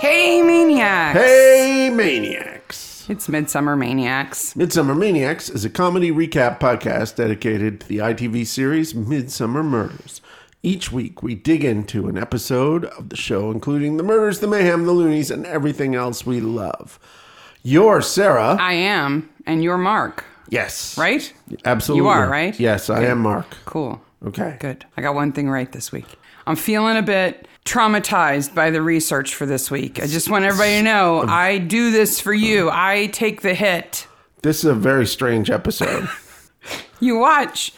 Hey, maniacs! Hey, Maniacs! It's Midsummer Maniacs. Midsummer Maniacs is a comedy recap podcast dedicated to the ITV series Midsummer Murders. Each week, we dig into an episode of the show, including the murders, the mayhem, the loonies, and everything else we love. You're Sarah. I am, and you're Mark, yes. Uh, right? Absolutely. You are, right? Yes, I am Mark. Cool. Okay. Good. I got one thing right this week. I'm feeling a bit traumatized by the research for this week. I just want everybody to know I do this for you. I take the hit. This is a very strange episode. You watch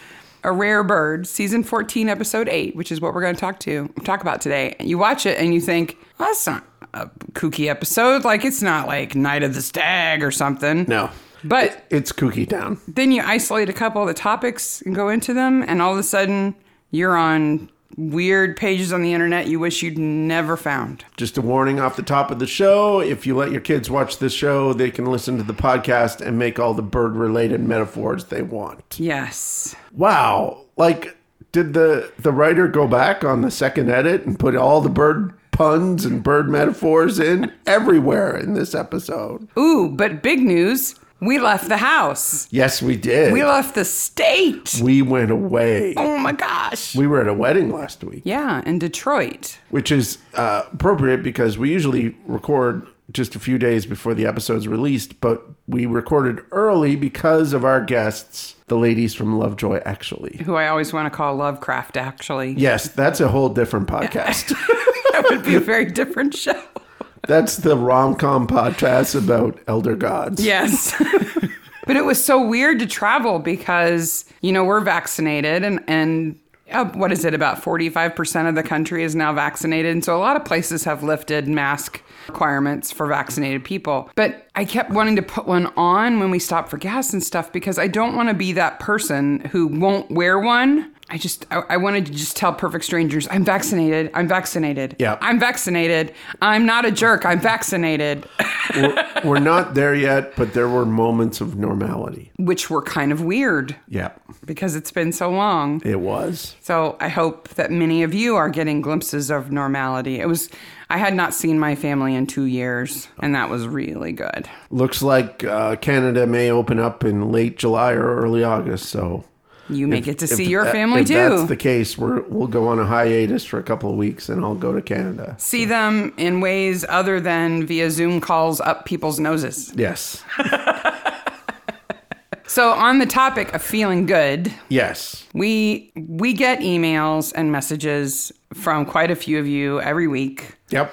A Rare Bird, season 14, episode 8, which is what we're going to talk to talk about today. And you watch it and you think, well, that's not a kooky episode. Like it's not like Night of the Stag or something. no. But It's Kooky Town. then you isolate a couple of the topics and go into them, and all of a sudden you're on weird pages on the internet you wish you'd never found. Just a warning off the top of the show if you let your kids watch the show, they can listen to the podcast and make all the bird related metaphors they want. Yes. Wow. Like, did the, the writer go back on the second edit and put all the bird puns and bird metaphors in everywhere in this episode? Ooh, but big news we left the house, Yes, we did. we left the state. we went away. Oh my gosh. We were at a wedding last week. Yeah, in Detroit. which is uh, appropriate because we usually record just a few days before the episode's released, but we recorded early because of our guests, the ladies from Lovejoy, actually. Who I always want to call Lovecraft, actually. Yes, that's a whole different podcast. that would be a very different show. that's the rom com podcast about elder gods. Yes. but it was so weird to travel because, you know, we're vaccinated and, and uh, what is it? About 45% of the country is now vaccinated. And so a lot of places have lifted mask requirements for vaccinated people. But I kept wanting to put one on when we stopped for gas and stuff because I don't want to be that person who won't wear one. I just, I, I wanted to just tell perfect strangers, I'm vaccinated. I'm vaccinated. Yep. I'm vaccinated. I'm not a jerk. I'm vaccinated. we're, we're not there yet, but there were moments of normality. Which were kind of weird. Yeah, because it's been so long. it was. So I hope that many of you are getting glimpses of normality. It was I had not seen my family in 2 years and that was really good. Looks like uh, Canada may open up in late July or early August, so You may get to If see your that- family if That's too. the case. We're, we'll go on a hiatus for a couple of weeks, and I'll go to Canada. see them in ways other than via Zoom calls up people's noses. Yes, So on the topic of feeling good, yes, we we get emails and messages from quite a few of you every week yep.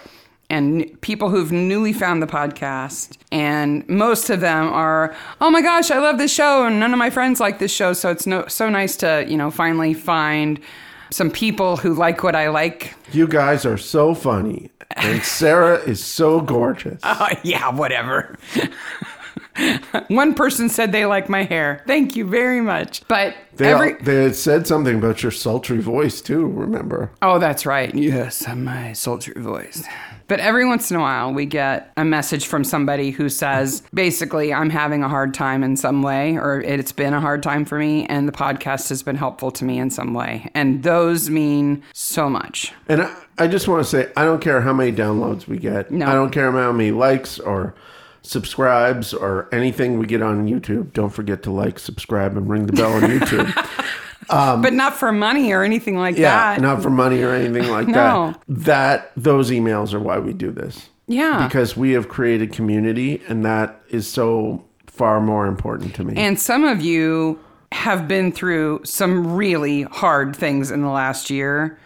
and n- people who've newly found the podcast. And most of them are, oh my gosh, I love this show, and none of my friends like this show, so it's no, so nice to you know finally find some people who like what I like. You guys are so funny, and Sarah is so gorgeous. yeah, whatever. One person said they like my hair. Thank you very much. But They, every they said something about your sultry voice too. Remember? Oh, that's right. Yes, I'm my sultry voice. But every once in a while, we get a message from somebody who says, basically, I'm having a hard time in some way, or it's been a hard time for me, and the podcast has been helpful to me in some way. And those mean so much. And I, I just want to say, I don't care how many downloads we get. No. I don't care how many likes or subscribes or anything we get on YouTube. Don't forget to like, subscribe, and ring the bell on YouTube. but not for money or anything like Yeah, that. not for money or anything like No. that. That those emails are why we do this. yeah. Because we have created community and that is so far more important to me. And some of you have been through some really hard things in the last year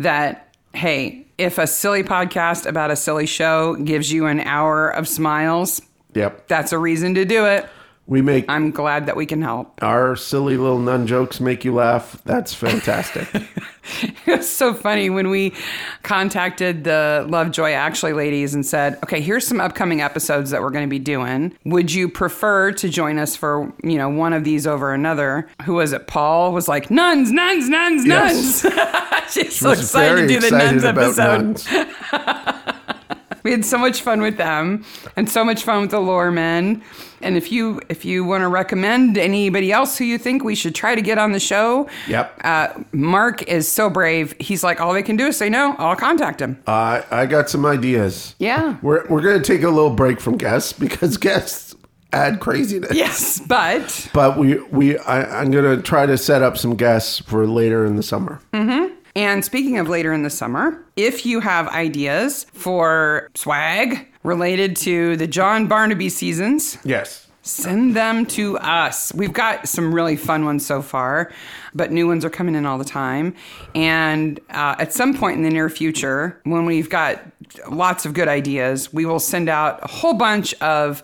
that, hey, if a silly podcast about a silly show gives you an hour of smiles, yep. that's a reason to do it. We make I'm glad that we can help. our silly little nun jokes make you laugh. That's fantastic. It was so funny when we contacted the Lovejoy Actually ladies and said, "Okay, here's some upcoming episodes that we're going to be doing. Would you prefer to join us for, you know, one of these over another?" Who was it? Paul was like, "Nuns, nuns, nuns, Yes. nuns." She's so Was excited to very do the excited nuns about episode. nuns. We had so much fun with them and so much fun with the loremen. And if you if you want to recommend anybody else who you think we should try to get on the show, Yep. Uh, Mark is so brave. He's like, all they can do is say no. I'll contact him. I I got some ideas. Yeah. We're we're gonna take a little break from guests because guests add craziness. Yes, but But we we I, I'm gonna try to set up some guests for later in the summer. Mm. and speaking of later in the summer, if you have ideas for swag related to the John Barnaby seasons, Yes. send them to us. We've got some really fun ones so far, but new ones are coming in all the time. And uh, at some point in the near future, when we've got lots of good ideas, we will send out a whole bunch of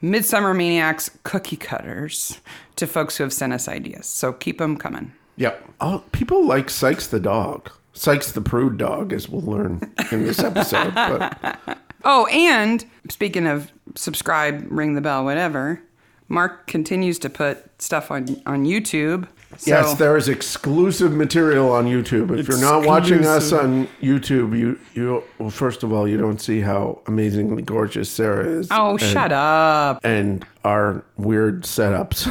Midsummer Maniacs cookie cutters to folks who have sent us ideas. So keep them coming. Yep. Oh, people like Sykes the dog. Sykes the prude dog, as we'll learn in this episode. but Oh, and speaking of subscribe, ring the bell, whatever, Mark continues to put stuff on, on YouTube. So yes, there is exclusive material on YouTube. If you're not watching us on YouTube, you you well, first of all, you don't see how amazingly gorgeous Sarah is. Oh, and- shut up. and our weird setups.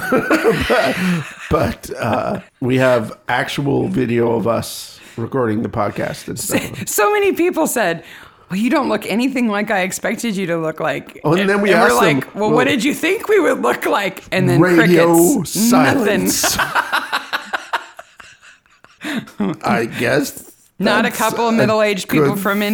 but, but uh, we have actual video of us recording the podcast and stuff. so many people said, well, you don't look anything like I expected you to look like. Oh, and then we were asked them, like, well, what well- did you think we would look like? And then Radio crickets, silence. I guess. Not a that's couple of middle-aged people good from thing.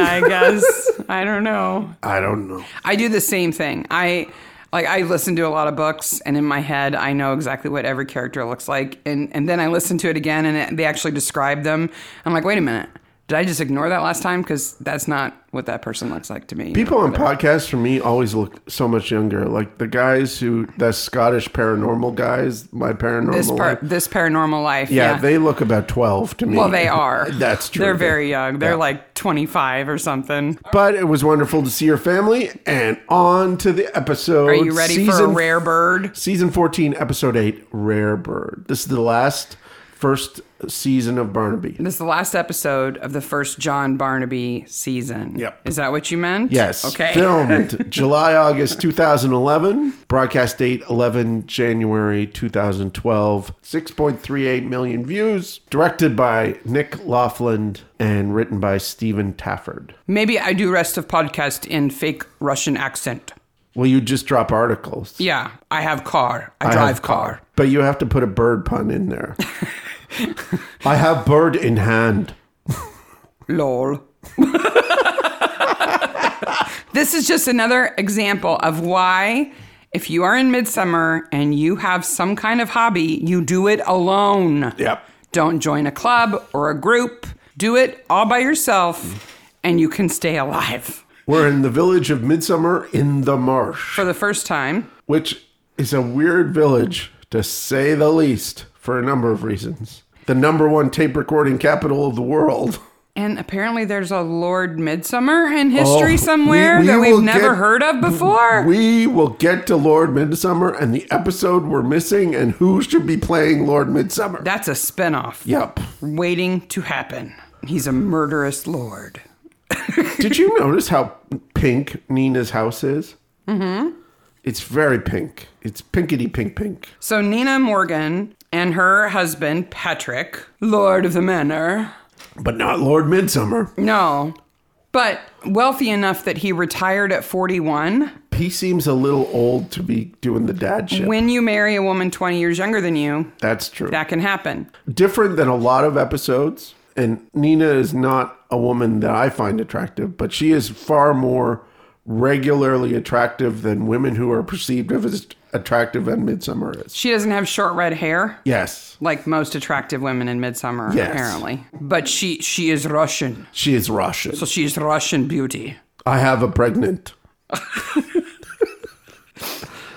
I guess. I don't know. I don't know. I do the same thing. I like I listen to a lot of books, and in my head, I know exactly what every character looks like, and and then I listen to it again, and it, they actually describe them. I'm like, wait a minute, did I just ignore that last time? Because that's not what that person looks like to me. People on podcasts for me always look so much younger. Like the guys who, the Scottish paranormal guys, my paranormal. this par- life. this paranormal life, yeah, yeah. they look about 12 to me. well, they are. That's true. They're very young. They're Yeah. like 25 or something. But it was wonderful to see your family. And on to the episode. Are you ready for a rare bird? Season 14, episode 8, Rare Bird. This is the last first season of Barnaby. This is the last episode of the first John Barnaby season. Yep. Is that what you meant? Yes. Okay. Filmed July, August 2011. Broadcast date 11 January 2012. 6.38 million views. Directed by Nick Laughlin and written by Stephen Tafford. Maybe I do rest of podcast in fake Russian accent. Well, you just drop articles. Yeah, I have car. I, drive have car. But you have to put a bird pun in there. I have bird in hand. Lol. this is just another example of why if you are in midsummer and you have some kind of hobby, you do it alone. Yep. Don't join a club or a group. Do it all by yourself and you can stay alive. We're in the village of Midsummer in the Marsh, For the first time, which is a weird village to say the least for a number of reasons. The number one tape recording capital of the world. and apparently there's a Lord Midsummer in history Oh, somewhere we- we that we've will never get- heard of before. We will get to Lord Midsummer and the episode we're missing and who should be playing Lord Midsummer. That's a spinoff. yep. Waiting to happen. He's a murderous lord. Did you notice how pink Nina's house is? Mm-hmm. It's very pink. It's pinkety pink pink. So Nina Morgan and her husband, Patrick, Lord of the Manor. But not Lord Midsummer. No. But wealthy enough that he retired at 41. He seems a little old to be doing the dad shit. When you marry a woman 20 years younger than you, That's true. that can happen. Different than a lot of episodes. And Nina is not a woman that I find attractive, but she is far more regularly attractive than women who are perceived as attractive and Midsummer is. She doesn't have short red hair Yes, like most attractive women in midsummer Yes. apparently. But she she is Russian. she is Russian. So she's Russian beauty. I have a pregnant.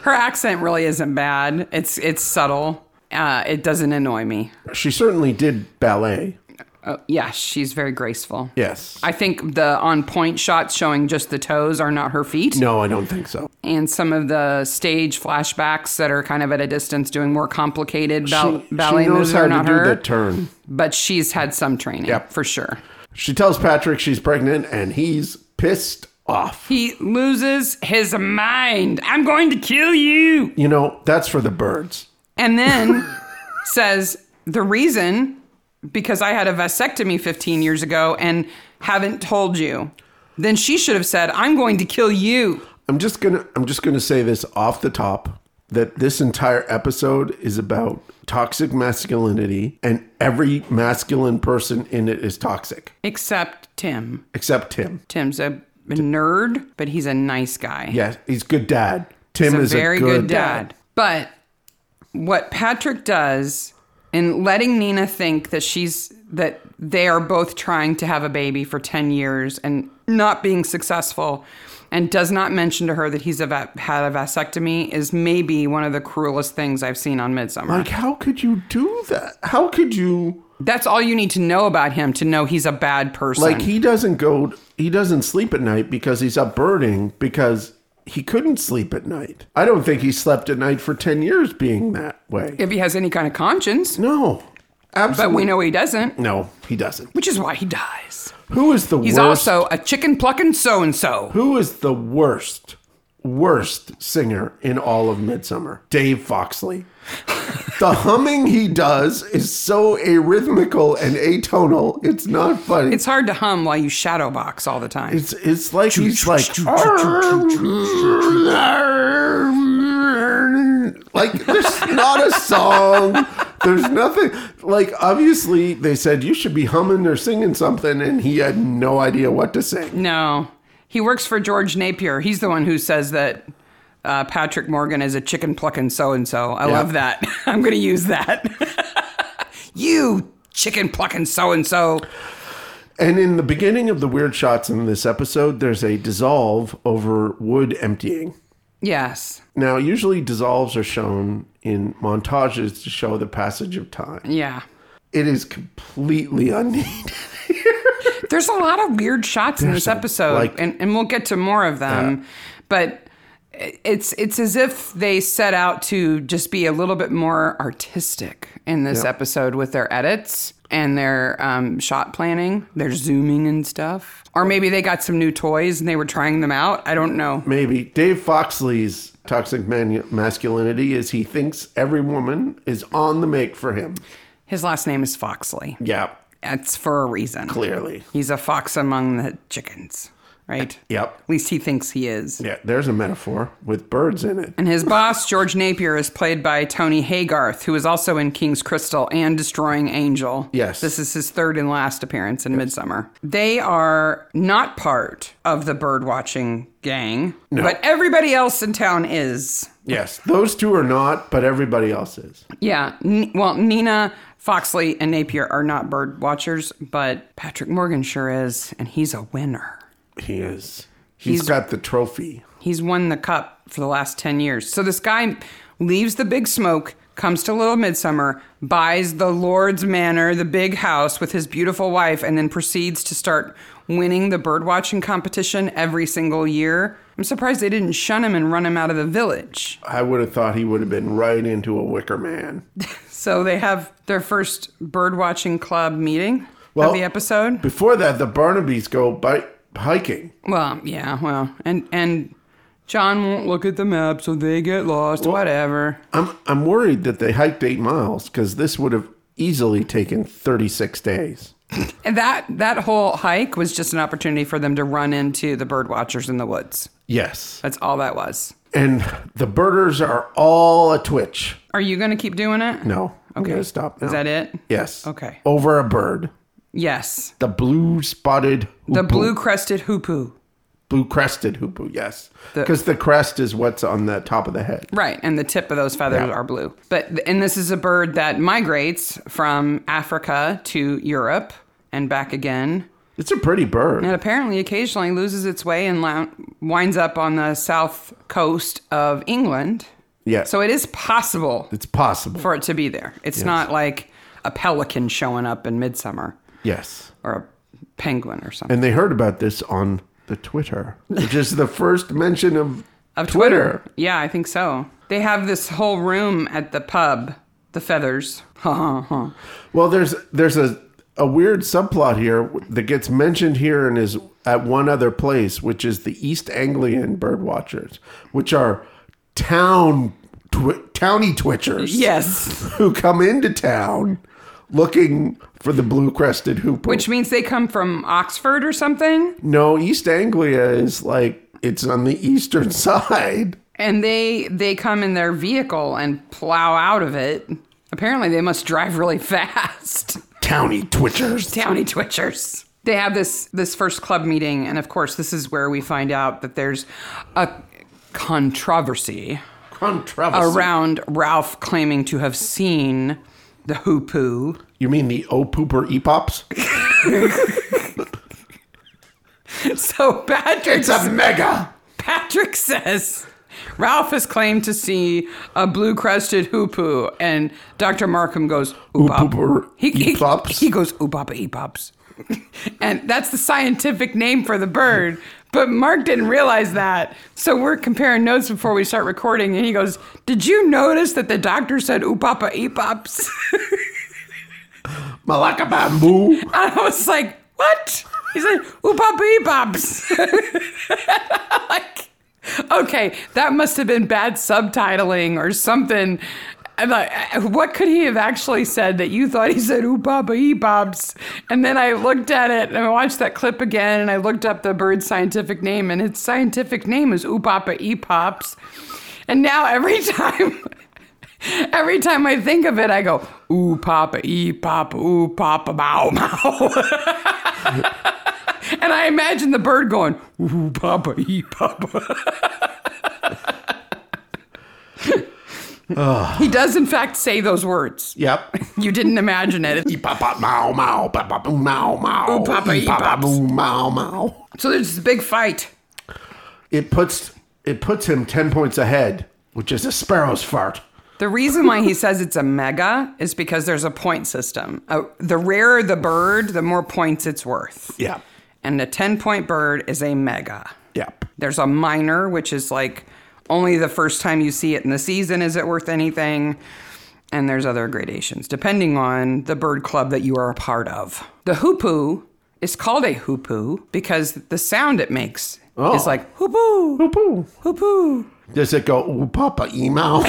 Her accent really isn't bad. It's it's subtle. Uh, it doesn't annoy me. She certainly did ballet. Uh, yeah, she's very graceful. Yes. I think the on point shots showing just the toes are not her feet. no, I don't think so. And some of the stage flashbacks that are kind of at a distance doing more complicated bal- she, Oh, ballet she knows moves how to are not do her. that turn. but she's had some training Yep. for sure. She tells Patrick she's pregnant and he's pissed off. He loses his mind. I'm going to kill you. You know, that's for the birds. And then says, The reason, because I had a vasectomy 15 years ago and haven't told you. Then she should have said, I'm going to kill you. I'm just gonna I'm just gonna say this off the top that this entire episode is about toxic masculinity and every masculine person in it is toxic Except Tim. except Tim. Tim's a nerd, but he's a nice guy. Yes, he's good dad. Tim He's is a very a good, dad. But what Patrick does in letting Nina think that she's that they are both trying to have a baby for 10 years and not being successful and does not mention to her that he's a va- had a vasectomy is maybe one of the cruelest things I've seen on Midsummer. Like how could you do that? How could you That's all you need to know about him to know he's a bad person. like he doesn't go he doesn't sleep at night because he's up birding because he couldn't sleep at night. I don't think he slept at night for 10 years being that way. if he has any kind of conscience, no. but Absolutely. we know he doesn't, no, he doesn't. which is why he dies. Who is the He's worst? also a chicken plucking so and so. Who is the worst, worst singer in all of Midsummer? Dave Foxley. the humming he does is so arrhythmical and atonal, it's not funny. It's hard to hum while you shadow box all the time. It's it's like he's like like there's not a song. There's nothing like obviously they said you should be humming or singing something, and he had no idea what to sing. no, he works for George Napier. He's the one who says that uh, Patrick Morgan is a chicken plucking so and so. I love that. I'm going to use that. you chicken plucking so and so. And in the beginning of the weird shots in this episode, there's a dissolve over wood emptying. Yes. Now, usually dissolves are shown in montages to show the passage of time. Yeah. It is completely unneeded. There's a lot of weird shots in this There's a- episode, like- and, and we'll get to more of them. But it's it's as if they set out to just be a little bit more artistic in this episode with their edits and their um, shot planning, their zooming and stuff. Or maybe they got some new toys and they were trying them out. I don't know. Maybe Dave Foxley's toxic manu- masculinity is he thinks every woman is on the make for him. His last name is Foxley. Yeah, That's for a reason. clearly. He's a fox among the chickens, right? Yep. At least he thinks he is. Yeah, there's a metaphor with birds in it. And his boss, George Napier, is played by Tony Haygarth, who is also in King's Crystal and Destroying Angel. Yes. This is his third and last appearance in Midsummer. They are not part of the birdwatching gang, but everybody else in town is. Yes, those two are not, but everybody else is. Yeah. N- well, Nina, Foxley, and Napier are not bird watchers, but Patrick Morgan sure is, and he's a winner. He is. he's got the trophy. He's won the cup for the last 10 years. So this guy leaves the big smoke, comes to Little Midsummer, buys the Lord's Manor, the big house with his beautiful wife, and then proceeds to start winning the birdwatching competition every single year. I'm surprised they didn't shun him and run him out of the village. I would have thought he would have been right into a wicker man. So they have their first birdwatching club meeting Well- of the episode. Before that, the Barnabys go bi- hiking. Well, yeah, well, and and John won't look at the map, so they get lost. whatever. I'm I'm worried that they hiked eight miles because this would have easily taken 36 days. And that that whole hike was just an opportunity for them to run into the bird watchers in the woods. Yes. That's all that was. And the birders are all a twitch. Are you going to keep doing it? No. I'm gonna stop now. Is that it? Yes. Okay. Over a bird. Yes. The blue spotted hoopoo. The blue crested hoopoo. blue crested hoopoo, yes. Because the crest is what's on the top of the head. Right, and the tip of those feathers Yeah. are blue. But and this is a bird that migrates from Africa to Europe and back again. It's a pretty bird. It apparently occasionally loses its way and lou- winds up on the south coast of England. Yeah. So it is possible it's possible. for it to be there. It's not like a pelican showing up in midsummer yes. or a penguin or something. And they heard about this on the Twitter, which is the first mention of, of Twitter. Yeah, I think so. They have this whole room at the pub, the feathers. Well, there's there's a a weird subplot here that gets mentioned here and is at one other place, which is the East Anglian bird watchers, which are town twi- towny twitchers yes. who come into town looking for the blue crested hoopoe. Which means they come from Oxford or something. no, East Anglia is like it's on the eastern side. and they they come in their vehicle and plow out of it. Apparently, they must drive really fast. Towny twitchers. Downy twitchers. They have this this first club meeting, and of course, this is where we find out that there's a controversy Controversy. around Ralph claiming to have seen the hoopoo. You mean the O pooper epops? So Patrick It's a mega. Patrick says Ralph has claimed to see a blue crested hoopoo, and Dr. Markham goes, "Oopop." Pooper He, he, epops. he goes oobaba epops. and that's the scientific name for the bird. But Mark didn't realize that. So we're comparing notes before we start recording. And he goes, Did you notice that the doctor said oopapa epops? Malacca bamboo. and I was like, What? He said, oopapa epops. like, okay, that must have been bad subtitling or something. I'm like, what could he have actually said that you thought he said oopaba epops? And then I looked at it and I watched that clip again and I looked up the bird's scientific name and its scientific name is oopapa epops. And now every time, every time I think of it, I go ooh papa e pop ooh papa bow mow. and I imagine the bird going ooh papa e papa. He does, in fact, say those words. Yep. You didn't imagine it. Eep, pop, pop, mow, mow, pop, pop, boom, mow, mow. Ooh, papa, Eep, eep, pop, pop, pops. boom, mow, mow. So there's this big fight. It puts it puts him ten points ahead, which is a sparrow's fart. The reason why he says it's a mega is because there's a point system. Uh, the rarer the bird, the more points it's worth. Yeah. And a 10 point bird is a mega. Yep. There's a minor, which is like only the first time you see it in the season is it worth anything. And there's other gradations depending on the bird club that you are a part of. The hoopoo is called a hoopoo because the sound it makes Oh. is like hoopoo, Boom. hoopoo. Does it go ooh papa ee mow?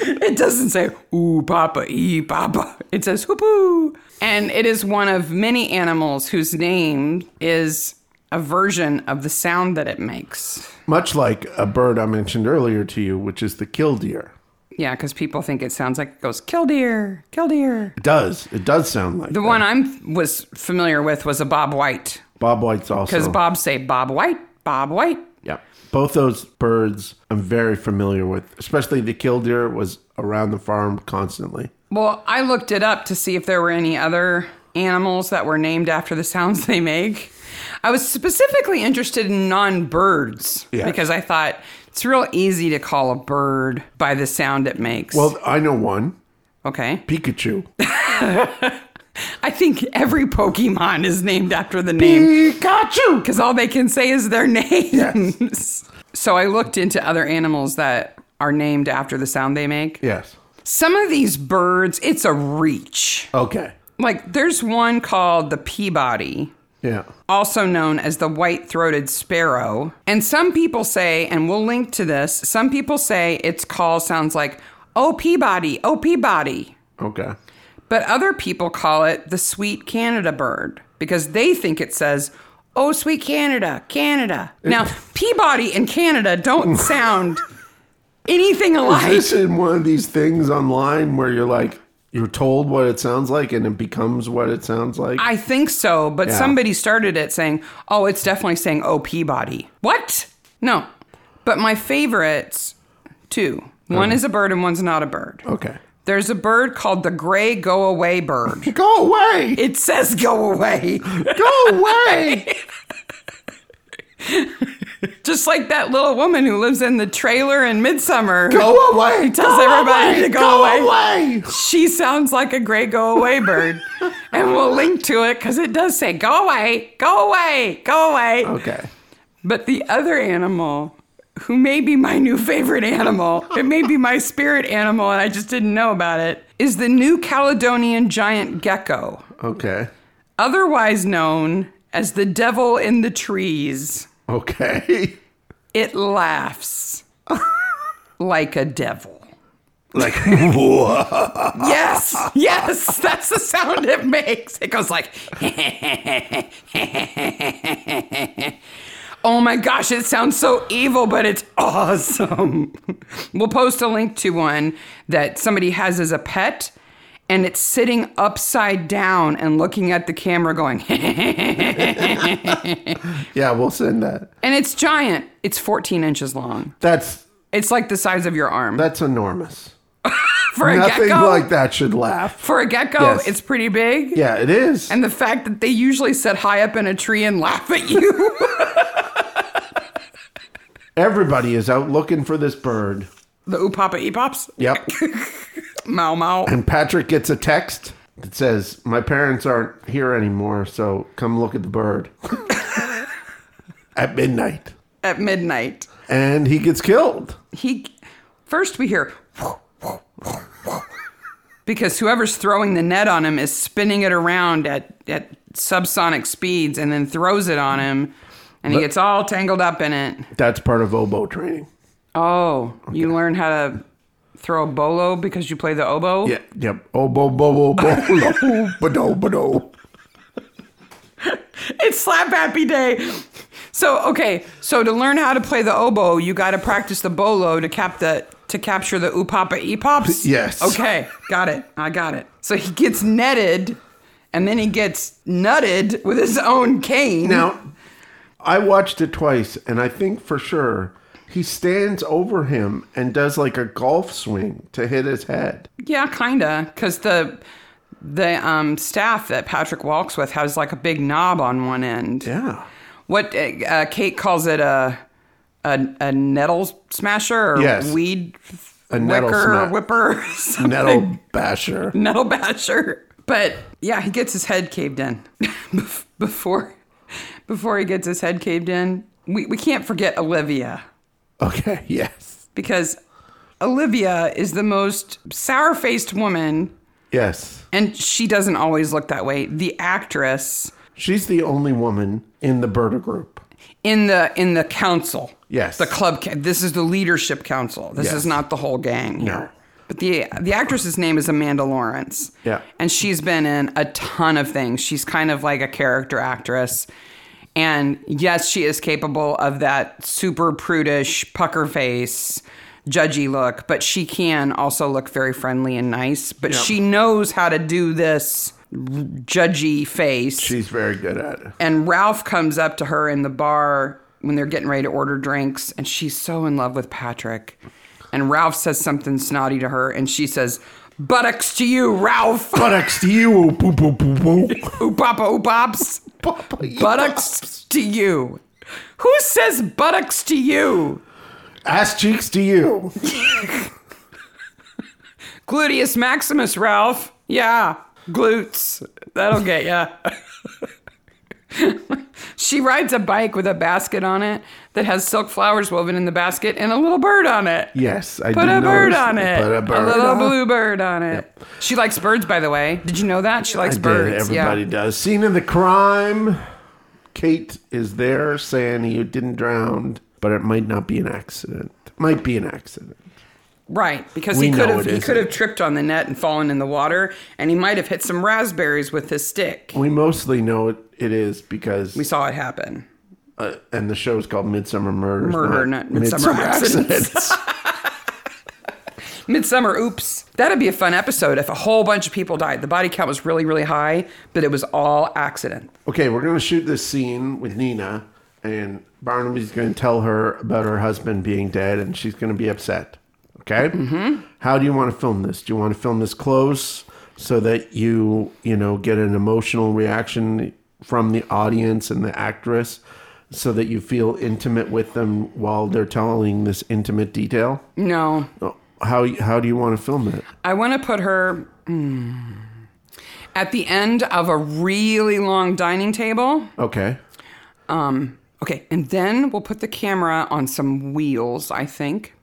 It doesn't say ooh papa ee papa. It says hoopoo. And it is one of many animals whose name is a version of the sound that it makes. Much like a bird I mentioned earlier to you, which is the killdeer. Yeah, because people think it sounds like it goes killdeer, killdeer. It does. It does sound like The one I was familiar with was a Bob White Bob White's because also. Bob say Bob White, Bob White. yeah. Both those birds I'm very familiar with, especially the killdeer was around the farm constantly. Well, I looked it up to see if there were any other animals that were named after the sounds they make. I was specifically interested in non birds Yeah. because I thought it's real easy to call a bird by the sound it makes. Well, I know one, okay. Pikachu. I think every Pokemon is named after the name Pikachu. because all they can say is their names. So I looked into other animals that are named after the sound they make. Yes. Some of these birds, it's a reach. Okay. Like there's one called the Peabody, Yeah. also known as the white throated sparrow. And some people say, and we'll link to this, some people say its call sounds like, oh, Peabody, oh, Peabody. Okay. But other people call it the sweet Canada bird because they think it says, Oh, sweet Canada, Canada. Now, Peabody and Canada don't sound anything alike. This is one of these things online where you're like, you're told what it sounds like and it becomes what it sounds like. I think so, but Yeah. somebody started it saying, Oh, it's definitely saying Oh, Peabody. What? No. Oh. But my favorites, two. One is a bird and one's not a bird. okay. There's a bird called the gray go away bird. Go away! It says go away. Go away! Just like that little woman who lives in the trailer in Midsummer. Go away! Tells Go everybody away! to go Go away. away! She sounds like a gray go away bird. and we'll link to it because it does say go away, go away, go away. Okay. But the other animal, who may be my new favorite animal, it may be my spirit animal, and I just didn't know about it, is the New Caledonian giant gecko, Okay. otherwise known as the devil in the trees. Okay. It laughs like a devil. Like, whoa. Yes, yes, that's the sound it makes. It goes like, oh my gosh, it sounds so evil, but it's awesome. we'll post a link to one that somebody has as a pet, and it's sitting upside down and looking at the camera going, Yeah, we'll send that. and it's giant. It's 14 inches long. That's It's like the size of your arm. that's enormous. For a Nothing gecko, like that should laugh. for a gecko, Yes. it's pretty big. Yeah, it is. And the fact that they usually sit high up in a tree and laugh at you. Everybody is out looking for this bird. the ooh papa ee pops. Yep. Mau mau. and Patrick gets a text that says, "My parents aren't here anymore, so come look at the bird." at midnight. At midnight. And he gets killed. He first we hear because whoever's throwing the net on him is spinning it around at, at subsonic speeds and then throws it on him and he gets all tangled up in it. That's part of oboe training. Oh, you learn how to throw a bolo because you play the oboe? Yeah, yep. Oboe, bo, bo, bo, bo, bo, It's slap happy day. So okay, so to learn how to play the oboe, you got to practice the bolo to cap the to capture the upapa epops. Yes. Okay, got it. I got it. So he gets netted, and then he gets nutted with his own cane. Now, I watched it twice, and I think for sure he stands over him and does like a golf swing to hit his head. yeah, kinda, because the the um, staff that Patrick walks with has like a big knob on one end. Yeah. What uh, uh, Kate calls it a, a a nettle smasher or Yes. weed A nettle wicker sma- or whipper, something. Nettle basher. nettle basher. But yeah, he gets his head caved in Bef- before before he gets his head caved in. We we can't forget Olivia Okay, yes. because Olivia is the most sour faced woman, Yes. and she doesn't always look that way. The actress She's the only woman in the Berta group. in the in the council. Yes. The club ca- this is the leadership council. This Yes. is not the whole gang. No. here. But the the actress's name is Amanda Lawrence. Yeah. And she's been in a ton of things. She's kind of like a character actress. And yes, she is capable of that super prudish pucker face, judgy look, but she can also look very friendly and nice, but Yeah. she knows how to do this judgy face. She's very good at it. And Ralph comes up to her in the bar when they're getting ready to order drinks, and she's so in love with Patrick. And Ralph says something snotty to her, and she says, Buttocks to you, Ralph! Buttocks to you, poo poo poo poo. Oopapa oopops! Buttocks to you! Who says buttocks to you? Ass cheeks to you. Gluteus maximus, Ralph. Yeah, glutes. That'll get ya. she rides a bike with a basket on it that has silk flowers woven in the basket and a little bird on it. Yes, I Put did a bird notice- on it. Put a bird little on blue bird on it. She likes birds, by the way. Did you know that? She likes I did, birds. Everybody Yeah. does. Scene of the crime. Kate is there saying he didn't drown, but it might not be an accident. Might be an accident. Right. Because We he could know have it he could have isn't. tripped on the net and fallen in the water, and he might have hit some raspberries with his stick. We mostly know it, it is because, We saw it happen. uh, and the show is called Midsummer Murders. Murder, not Midsummer Accidents. Midsummer Oops. That'd be a fun episode if a whole bunch of people died. The body count was really, really high, but it was all accident. okay, we're going to shoot this scene with Nina, and Barnaby's going to tell her about her husband being dead, and she's going to be upset. Okay. Mm-hmm. How do you want to film this? Do you want to film this close so that you you know get an emotional reaction from the audience and the actress? So that you feel intimate with them while they're telling this intimate detail. No, How how do you want to film it? I want to put her mm, at the end of a really long dining table. Okay. Okay, and then we'll put the camera on some wheels, I think,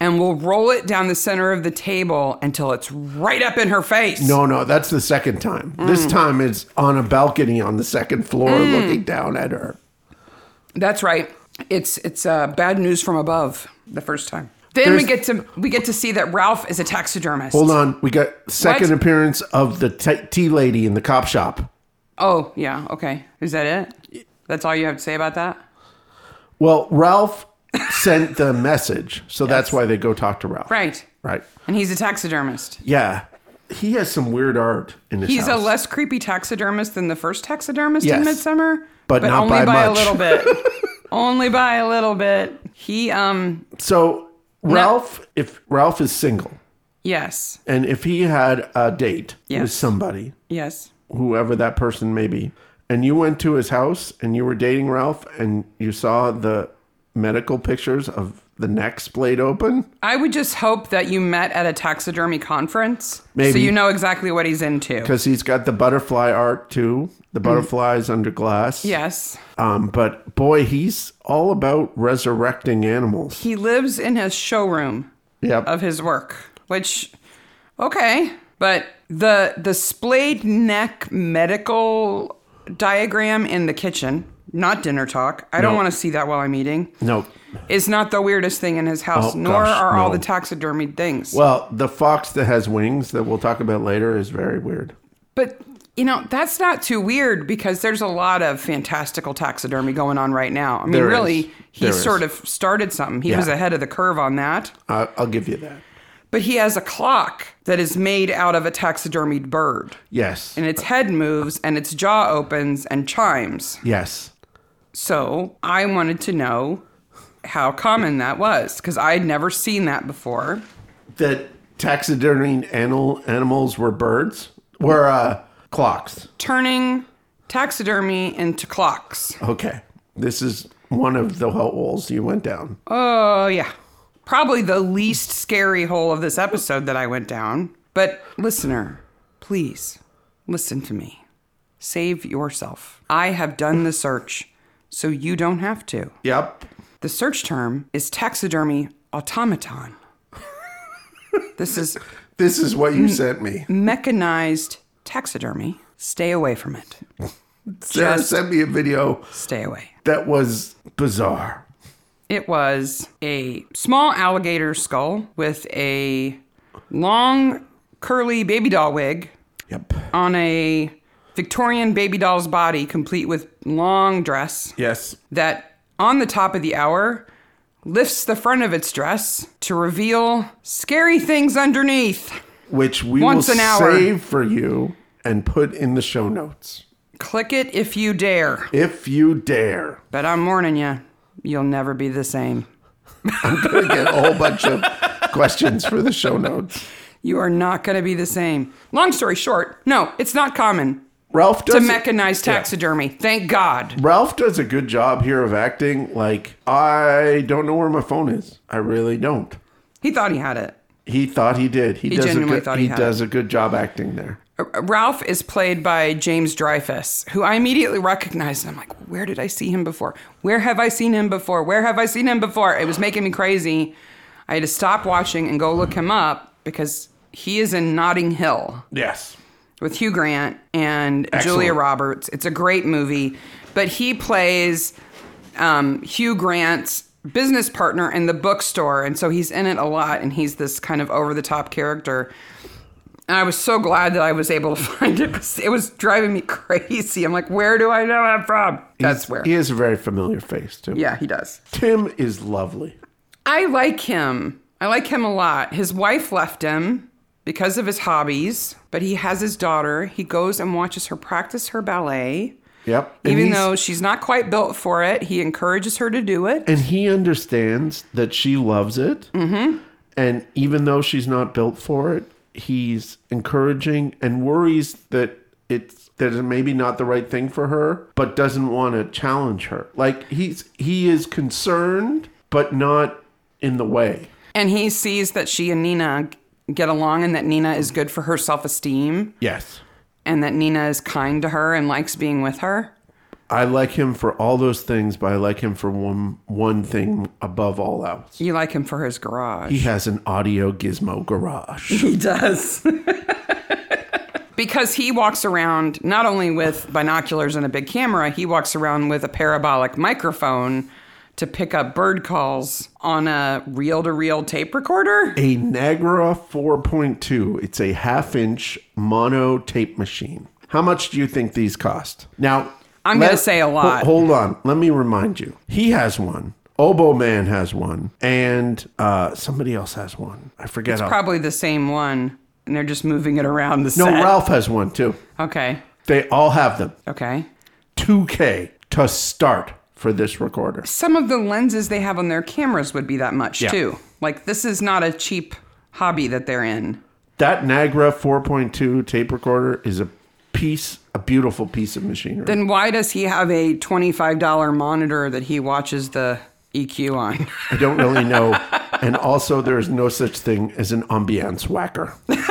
and we'll roll it down the center of the table until it's right up in her face. No, no, that's the second time. Mm. This time it's on a balcony on the second floor looking down at her. That's right. It's it's uh, bad news from above the first time. Then we get There's- to we get to see that Ralph is a taxidermist. Hold on. We got second What? appearance of the t- tea lady in the cop shop. Oh yeah, okay. Is that it? That's all you have to say about that? Well, Ralph sent the message, so that's why they go talk to Ralph. Right. Right. And he's a taxidermist. Yeah. He has some weird art in his He's house. a less creepy taxidermist than the first taxidermist in Yes. Midsummer, But not only by a much. little bit. only by a little bit. He um so Ralph, if Ralph is single, yes. and if he had a date with Yes. somebody, Yes. whoever that person may be, and you went to his house and you were dating Ralph and you saw the medical pictures of the neck splayed open, I would just hope that you met at a taxidermy conference so Maybe. you know exactly what he's into. because he's got the butterfly art too, the Mm-hmm. butterflies under glass. Yes. Um, but boy, he's all about resurrecting animals. He lives in his showroom Yep. of his work, which okay, but the the splayed neck medical diagram in the kitchen, not dinner talk. I don't No. want to see that while I'm eating. no. It's not the weirdest thing in his house, Oh, nor gosh, are all no. the taxidermied things. Well, the fox that has wings that we'll talk about later is very weird. but you know, that's not too weird because there's a lot of fantastical taxidermy going on right now. I mean, There is. really, he There is. sort of started something. He was Yeah. ahead of the curve on that. I I'll give you that. But he has a clock that is made out of a taxidermied bird, Yes. and its head moves, and its jaw opens and chimes. Yes. So I wanted to know how common that was because I'd never seen that before. That taxidermy animal animals were birds were uh, clocks. Turning taxidermy into clocks. Okay. This is one of the holes you went down. Oh, yeah. Probably the least scary hole of this episode that I went down. But, listener, please listen to me. Save yourself. I have done the search, so you don't have to. Yep. The search term is taxidermy automaton. this is This is what Mm. you sent me. mechanized taxidermy. Stay away from it. Sarah Just- sent me a video Stay away. that was bizarre. It was a small alligator skull with a long, curly baby doll wig Yep. on a Victorian baby doll's body, complete with long dress Yes. that on the top of the hour lifts the front of its dress to reveal scary things underneath. Which we Once will an hour. save for you and put in the show notes. Click it if you dare. If you dare. But I'm warning you, you'll never be the same. Gonna get a whole bunch of questions for the show notes. You are not going to be the same. Long story short, no, it's not common. Ralph to does mechanize taxidermy. Thank God. Ralph does a good job here of acting like I don't know where my phone is. I really don't. He thought he had it. He thought he did. He, does a genuinely good, thought he he had does a good job acting there. R- Ralph is played by James Dreyfus, who I immediately recognized. And I'm like, where did I see him before? Where have I seen him before? Where have I seen him before? It was making me crazy. I had to stop watching and go look him up because he is in Notting Hill Yes. with Hugh Grant and Excellent. Julia Roberts. It's a great movie, but he plays um, Hugh Grant's business partner in the bookstore, and so he's in it a lot, and he's this kind of over the top character. And I was so glad that I was able to find it because it was driving me crazy. I'm like, where do I know him from? That's He's- where. He has a very familiar face, too. yeah, he does. Tim is lovely. I like him. I like him a lot. His wife left him because of his hobbies, but he has his daughter. He goes and watches her practice her ballet. Yep. And Even he's- though she's not quite built for it, he encourages her to do it. And he understands that she loves it. Mm-hmm. And even though she's not built for it, he's encouraging and worries that it's that it's maybe not the right thing for her, but doesn't want to challenge her. Like he's he is concerned, but not in the way. And he sees that she and Nina get along and that Nina is good for her self esteem Yes. and that Nina is kind to her and likes being with her. I like him for all those things, but I like him for one one thing above all else. You like him for his garage. He has an audio gizmo garage. He does. because he walks around not only with binoculars and a big camera, he walks around with a parabolic microphone to pick up bird calls on a reel to reel tape recorder. a Nagra 4.2. It's a half inch mono tape machine. How much do you think these cost? Now, I'm let- gonna say a ho- lot. hold on. Let me remind you. He has one. Oboe Man has one. And uh, somebody else has one. I forget. how- Probably the same one. And they're just moving it around the no, set. Ralph has one too. Okay. They all have them. Okay. 2K to start for this recorder. Some of the lenses they have on their cameras would be that much Yeah. too. Like this is not a cheap hobby that they're in. That Nagra 4.2 tape recorder is a piece, a beautiful piece of machinery. Then why does he have a $25 monitor that he watches the EQ on? I don't really know. and also, there is no such thing as an ambiance whacker.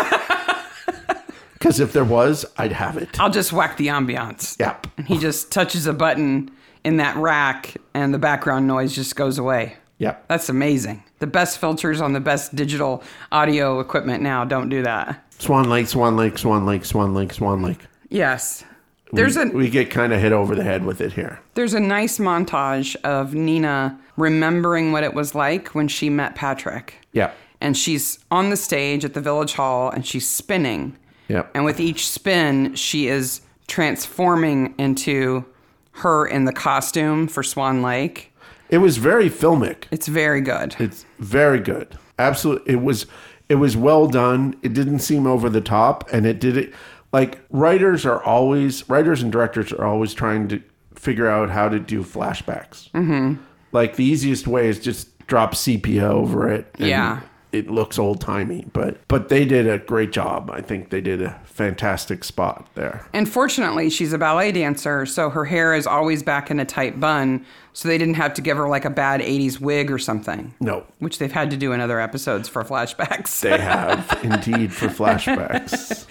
Because if there was, I'd have it. I'll just whack the ambiance. Yep. And he just touches a button in that rack and the background noise just goes away. Yep. That's amazing. The best filters on the best digital audio equipment now don't do that. Swan Lake, Swan Lake, Swan Lake, Swan Lake, Swan Lake. Yes. There's a We get kind of hit over the head with it here. there's a nice montage of Nina remembering what it was like when she met Patrick. Yep. And she's on the stage at the village hall and she's spinning. Yep. And with each spin, she is transforming into her in the costume for Swan Lake. It was very filmic. It's very good. It's very good. Absolutely. It was. It was well done. It didn't seem over the top, and it did it. Like writers are always writers and directors are always trying to figure out how to do flashbacks. Mm-hmm. Like the easiest way is just drop sepia over it. and Yeah. It looks old timey, but but they did a great job. I think they did a fantastic spot there. And fortunately, she's a ballet dancer, so her hair is always back in a tight bun, so they didn't have to give her like a bad 80s wig or something, No, which they've had to do in other episodes for flashbacks. they have indeed for flashbacks.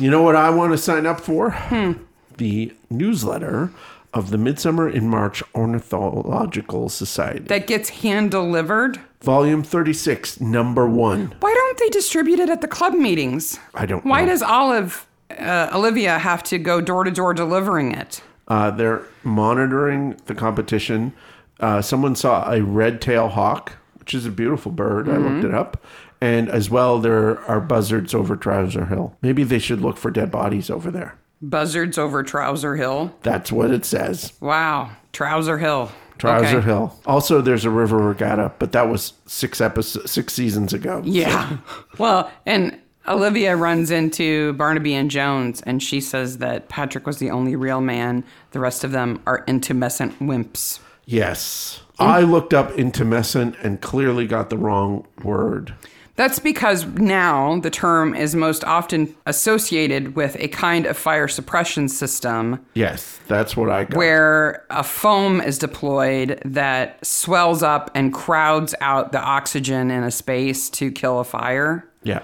You know what I want to sign up for? Hmm. The newsletter of the Midsummer in March Ornithological Society, that gets hand delivered. volume 36, number one. Why don't they distribute it at the club meetings? I don't Why know. does Olive, uh, Olivia, have to go door to door delivering it? Uh, they're monitoring the competition. Uh, someone saw a red tail hawk, which is a beautiful bird. I Mm-hmm. looked it up. And as well, there are buzzards over Trouser Hill. Maybe they should look for dead bodies over there. Buzzards over Trouser Hill. That's what it says. Wow, Trouser Hill. Trouser Okay. Hill. Also, there's a river regatta, but that was six episodes, six seasons ago. Yeah. well, and Olivia runs into Barnaby and Jones, and she says that Patrick was the only real man. The rest of them are intumescent wimps. Yes, I looked up intumescent and clearly got the wrong word. That's because now the term is most often associated with a kind of fire suppression system Yes, that's what I got. where a foam is deployed that swells up and crowds out the oxygen in a space to kill a fire. Yeah.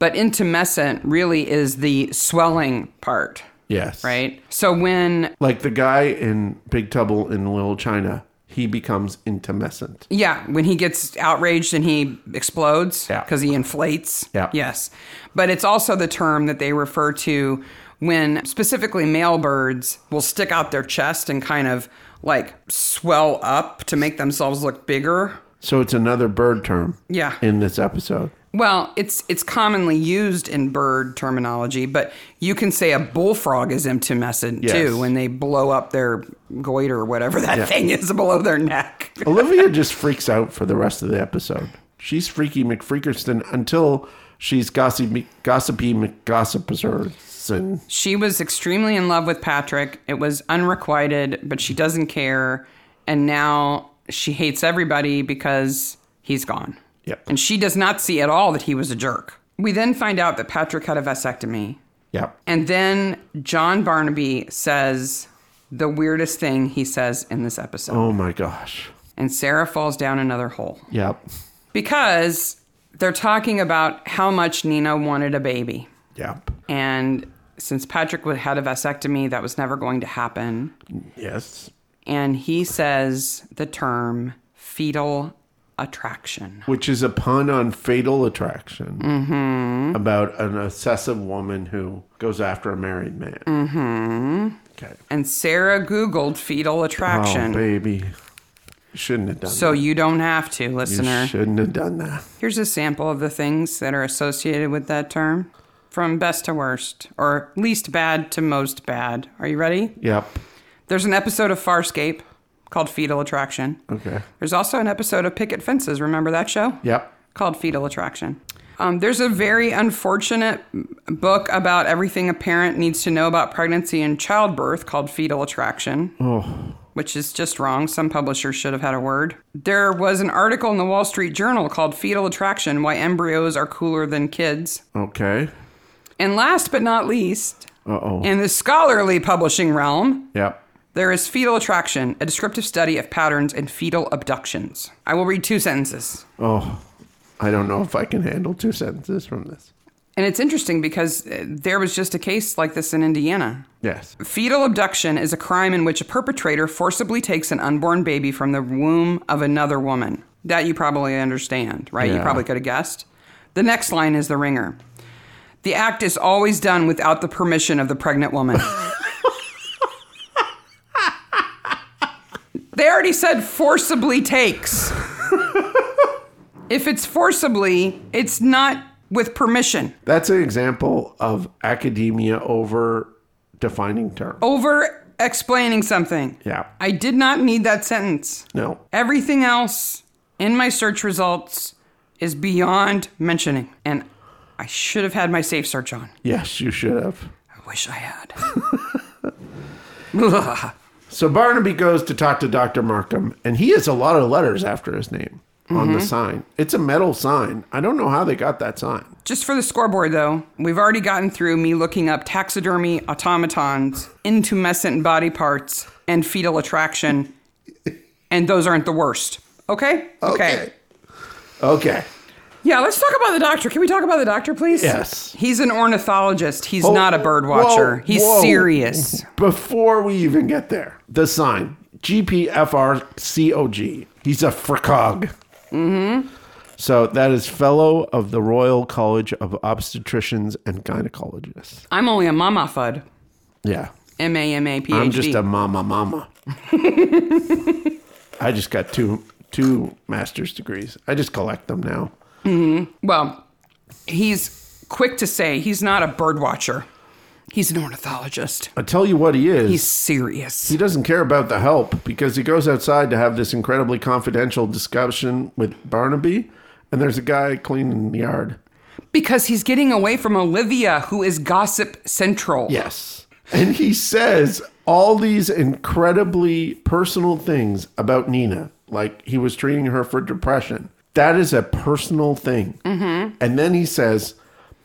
But intumescent really is the swelling part, Yes. right? So when, Like the guy in Big Trouble in Little China, he becomes intumescent. yeah, when he gets outraged and he explodes Yeah. because he inflates. Yeah. Yes. But it's also the term that they refer to when specifically male birds will stick out their chest and kind of like swell up to make themselves look bigger. So it's another bird term. Yeah. In this episode. Well, it's it's commonly used in bird terminology, but you can say a bullfrog is intumescent Yes. too when they blow up their goiter or whatever that thing is below their neck. Olivia just freaks out for the rest of the episode. She's freaky McFreakerston until she's gossipy, gossipy McGossiperson. She was extremely in love with Patrick. It was unrequited, but she doesn't care, and now she hates everybody because he's gone. Yep. And she does not see at all that he was a jerk. We then find out that Patrick had a vasectomy. Yep. And then John Barnaby says the weirdest thing he says in this episode. Oh my gosh. And Sarah falls down another hole Yep. because they're talking about how much Nina wanted a baby. Yep. And since Patrick would- had a vasectomy, that was never going to happen. Yes. And he says the term fetal attraction. Which is a pun on fatal attraction Mm-hmm. about an obsessive woman who goes after a married man. Mm-hmm. Okay. And Sarah Googled fetal Oh, attraction. baby. Shouldn't have done so you don't have to, that. listener. Shouldn't have done that. Here's a sample of the things that are associated with that term from best to worst, or least bad to most bad. Are you ready? Yep. There's an episode of Farscape called Fetal Attraction. Okay. There's also an episode of Picket Fences. Remember that show? Yep. Called Fetal Attraction. Um, there's a very unfortunate book about everything a parent needs to know about pregnancy and childbirth called Fetal Attraction Oh. which is just wrong. Some publishers should have had a word. There was an article in the Wall Street Journal called Fetal Attraction Why Embryos Are Cooler Than Kids. Okay. And last but not least, Uh oh. in the scholarly publishing realm, Yep. there is Fetal Attraction, a descriptive study of patterns in fetal abductions. I will read two sentences. Oh. I don't know if I can handle two sentences from this. And it's interesting because uh, there was just a case like this in Indiana. Yes. Fetal abduction is a crime in which a perpetrator forcibly takes an unborn baby from the womb of another woman. That you probably understand, right? You Yeah. probably could have guessed. The next line is the ringer. The act is always done without the permission of the pregnant woman. they already said forcibly takes. if it's forcibly, it's not with permission. That's an example of academia over defining term. Over explaining something. Yeah. I did not need that sentence. No. Everything else in my search results is beyond mentioning. And I should have had my safe search on. Yes, you should have. I wish I had. Ugh. So Barnaby goes to talk to Dr. Markham, and he has a lot of letters after his name on the sign. It's a metal sign. I don't know how they got that sign. Just for the scoreboard, though, we've already gotten through me looking up taxidermy, automatons, intumescent body parts, and fetal attraction. And those aren't the worst. Okay? Okay. Yeah, let's talk about the doctor. Can we talk about the doctor, please? Yes. He's an ornithologist. He's Oh, not a bird watcher. whoa, He's whoa. serious. Before we even get there, the sign GPFRCOG. He's a fricog. Mm-hmm. So that is fellow of the Royal College of Obstetricians and Gynecologists. I'm only a mama fud. Yeah. M A M A P I'm H just a D. mama mama. I just got two two master's degrees. I just collect them now. Well, he's quick to say he's not a bird watcher. He's an ornithologist. I tell you what he is. He's serious. he doesn't care about the help because he goes outside to have this incredibly confidential discussion with Barnaby, and there's a guy cleaning the yard. Because he's getting away from Olivia, who is gossip central. Yes. And he says all these incredibly personal things about Nina, like he was treating her for depression. That is a personal thing. Mm-hmm. And then he says,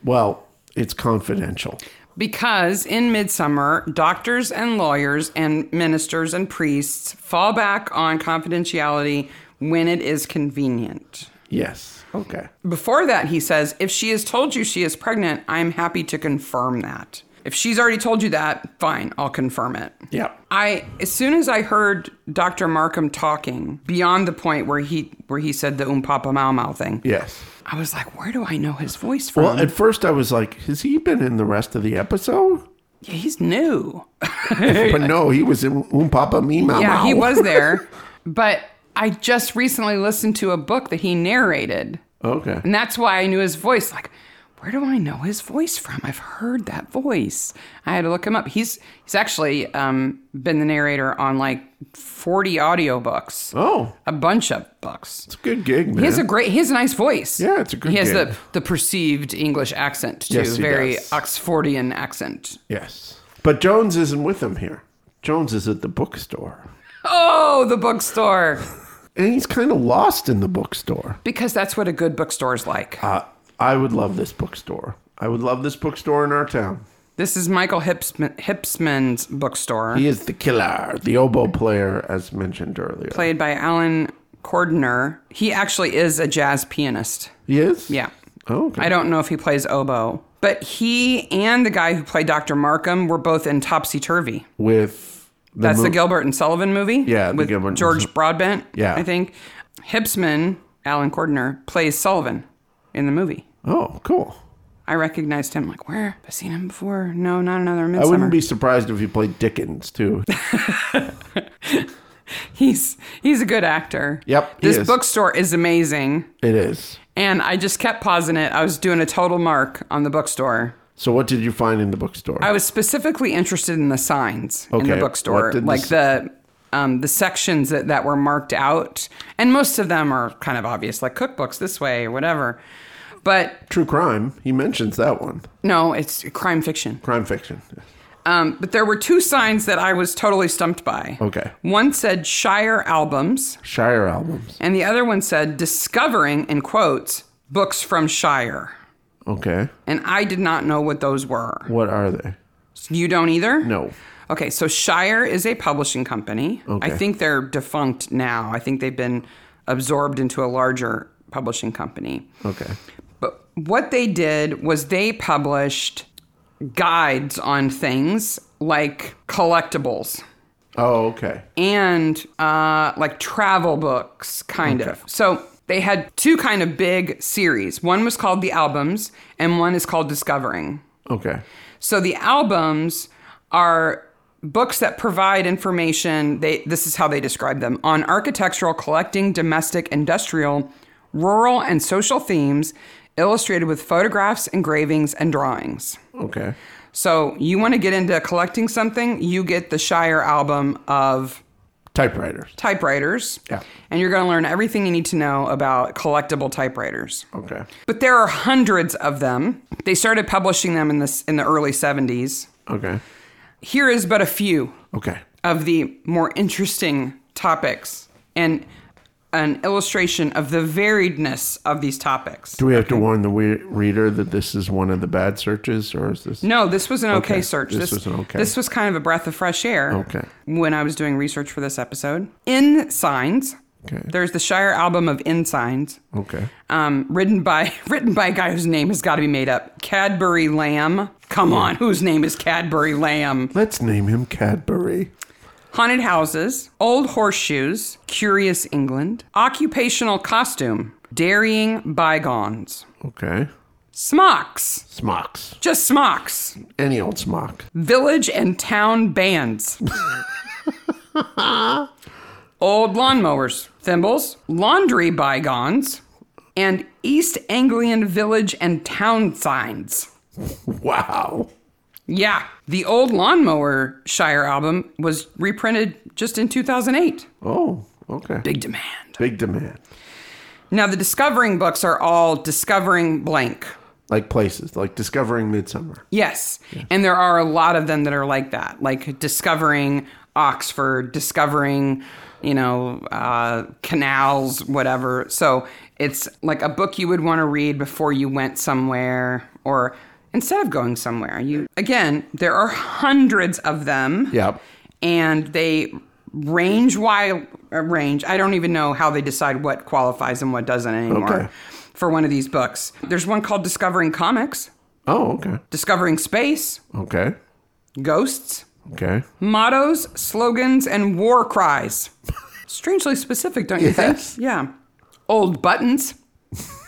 well, it's confidential. Because in Midsummer, doctors and lawyers and ministers and priests fall back on confidentiality when it is convenient. Yes. Okay. Before that, he says, if she has told you she is pregnant, I'm happy to confirm that. If she's already told you that, fine, I'll confirm it. Yeah. I as soon as I heard Dr. Markham talking beyond the point where he where he said the um papa mau mau thing, Yes. I was like, where do I know his voice from? Well, at first I was like, has he been in the rest of the episode? yeah, he's new. But no, he was in Um Papa Me Mama. Yeah, he was there. but I just recently listened to a book that he narrated. Okay. And that's why I knew his voice. Like, where do I know his voice from? I've heard that voice. I had to look him up. He's he's actually um, been the narrator on like 40 audiobooks, Oh, a bunch of books. it's a good gig, man. He has a great, he has a nice voice. Yeah, it's a good He has gig. the, the perceived English accent too, Yes, he very does. Oxfordian accent. yes. But Jones isn't with him here. Jones is at the bookstore. Oh, the bookstore. and he's kind of lost in the bookstore. because that's what a good bookstore is like. Uh, I would love this bookstore. I would love this bookstore in our town. This is Michael Hipsman, Hipsman's bookstore, He is the killer, the oboe player, as mentioned earlier. played by Alan Cordner. He actually is a jazz pianist. he is? Yeah. Oh, okay. I don't know if he plays oboe, but he and the guy who played Dr. Markham were both in Topsy Turvy. With the That's the mo- Gilbert and Sullivan movie. Yeah, the with Gilbert and George Broadbent. Yeah. I think Hipsman Alan Cordner plays Sullivan in the movie. Oh, cool. I recognized him. Like, where? Have I seen him before? No, not another I Midsummer. wouldn't be surprised if he played Dickens too. he's he's a good actor. Yep, he This is. bookstore is amazing, it is. and I just kept pausing it. I was doing a total mark on the bookstore. So, what did you find in the bookstore? I was specifically interested in the signs in the Okay, bookstore, what did like this- the um, the sections that, that were marked out, and most of them are kind of obvious, like cookbooks this way or whatever. But True crime. He mentions that one. no, it's crime fiction. Crime fiction. Um, but there were two signs that I was totally stumped by. Okay. One said Shire albums, Shire albums. and the other one said discovering in quotes books from Shire. Okay. And I did not know what those were. What are they? You don't either? No. Okay, so Shire is a publishing company. I Okay. think they're defunct now. I think they've been absorbed into a larger publishing company. Okay. But what they did was they published guides on things like collectibles Oh, okay. and uh, like travel books, kind of. So they had two kind of big series. One was called The Albums, and one is called Discovering. Okay. So the albums are books that provide information. They this is how they describe them on architectural, collecting, domestic, industrial, rural, and social themes, illustrated with photographs, engravings, and drawings. Okay. So you want to get into collecting something, you get the Shire album of Typewriters. typewriters. Yeah. And you're going to learn everything you need to know about collectible typewriters. Okay. But there are hundreds of them. They started publishing them in this in the early 70s. Okay. Here is but a few Okay. of the more interesting topics and an illustration of the variedness of these topics. Do we have to warn the we- reader that this is one of the bad searches, or is this? No, this was an okay, Okay, search. this was an okay. This was kind of a breath of fresh air Okay. when I was doing research for this episode. In Signs, Okay. there's the Shire album of In Signs, Okay. um, written by written by a guy whose name has got to be made up. Cadbury Lamb. Come on, whose name is Cadbury Lamb? Let's name him Cadbury. Haunted houses, old horseshoes, curious England, occupational costume, dairying bygones, Okay. smocks, Smocks. just smocks, Any old smock. village and town bands, old lawnmowers, thimbles, laundry bygones, and East Anglian village and town signs. Wow. Yeah, the old lawnmower Shire album was reprinted just in 2008. Oh. Okay. Big demand. Big demand. Now, the discovering books are all discovering blank. Like places, like discovering Midsummer. Yes. And there are a lot of them that are like that, like discovering Oxford, discovering, you know, uh, canals, whatever. So it's like a book you would want to read before you went somewhere or instead of going somewhere. You Again, there are hundreds of them. Yep. And they range wide uh, range. I don't even know how they decide what qualifies and what doesn't anymore Okay. for one of these books. There's one called Discovering Comics. Oh. Okay. Discovering Space, Okay. Ghosts, Okay. Mottos, Slogans, and War Cries. Strangely specific, don't you Yes. think? Yeah. Old Buttons,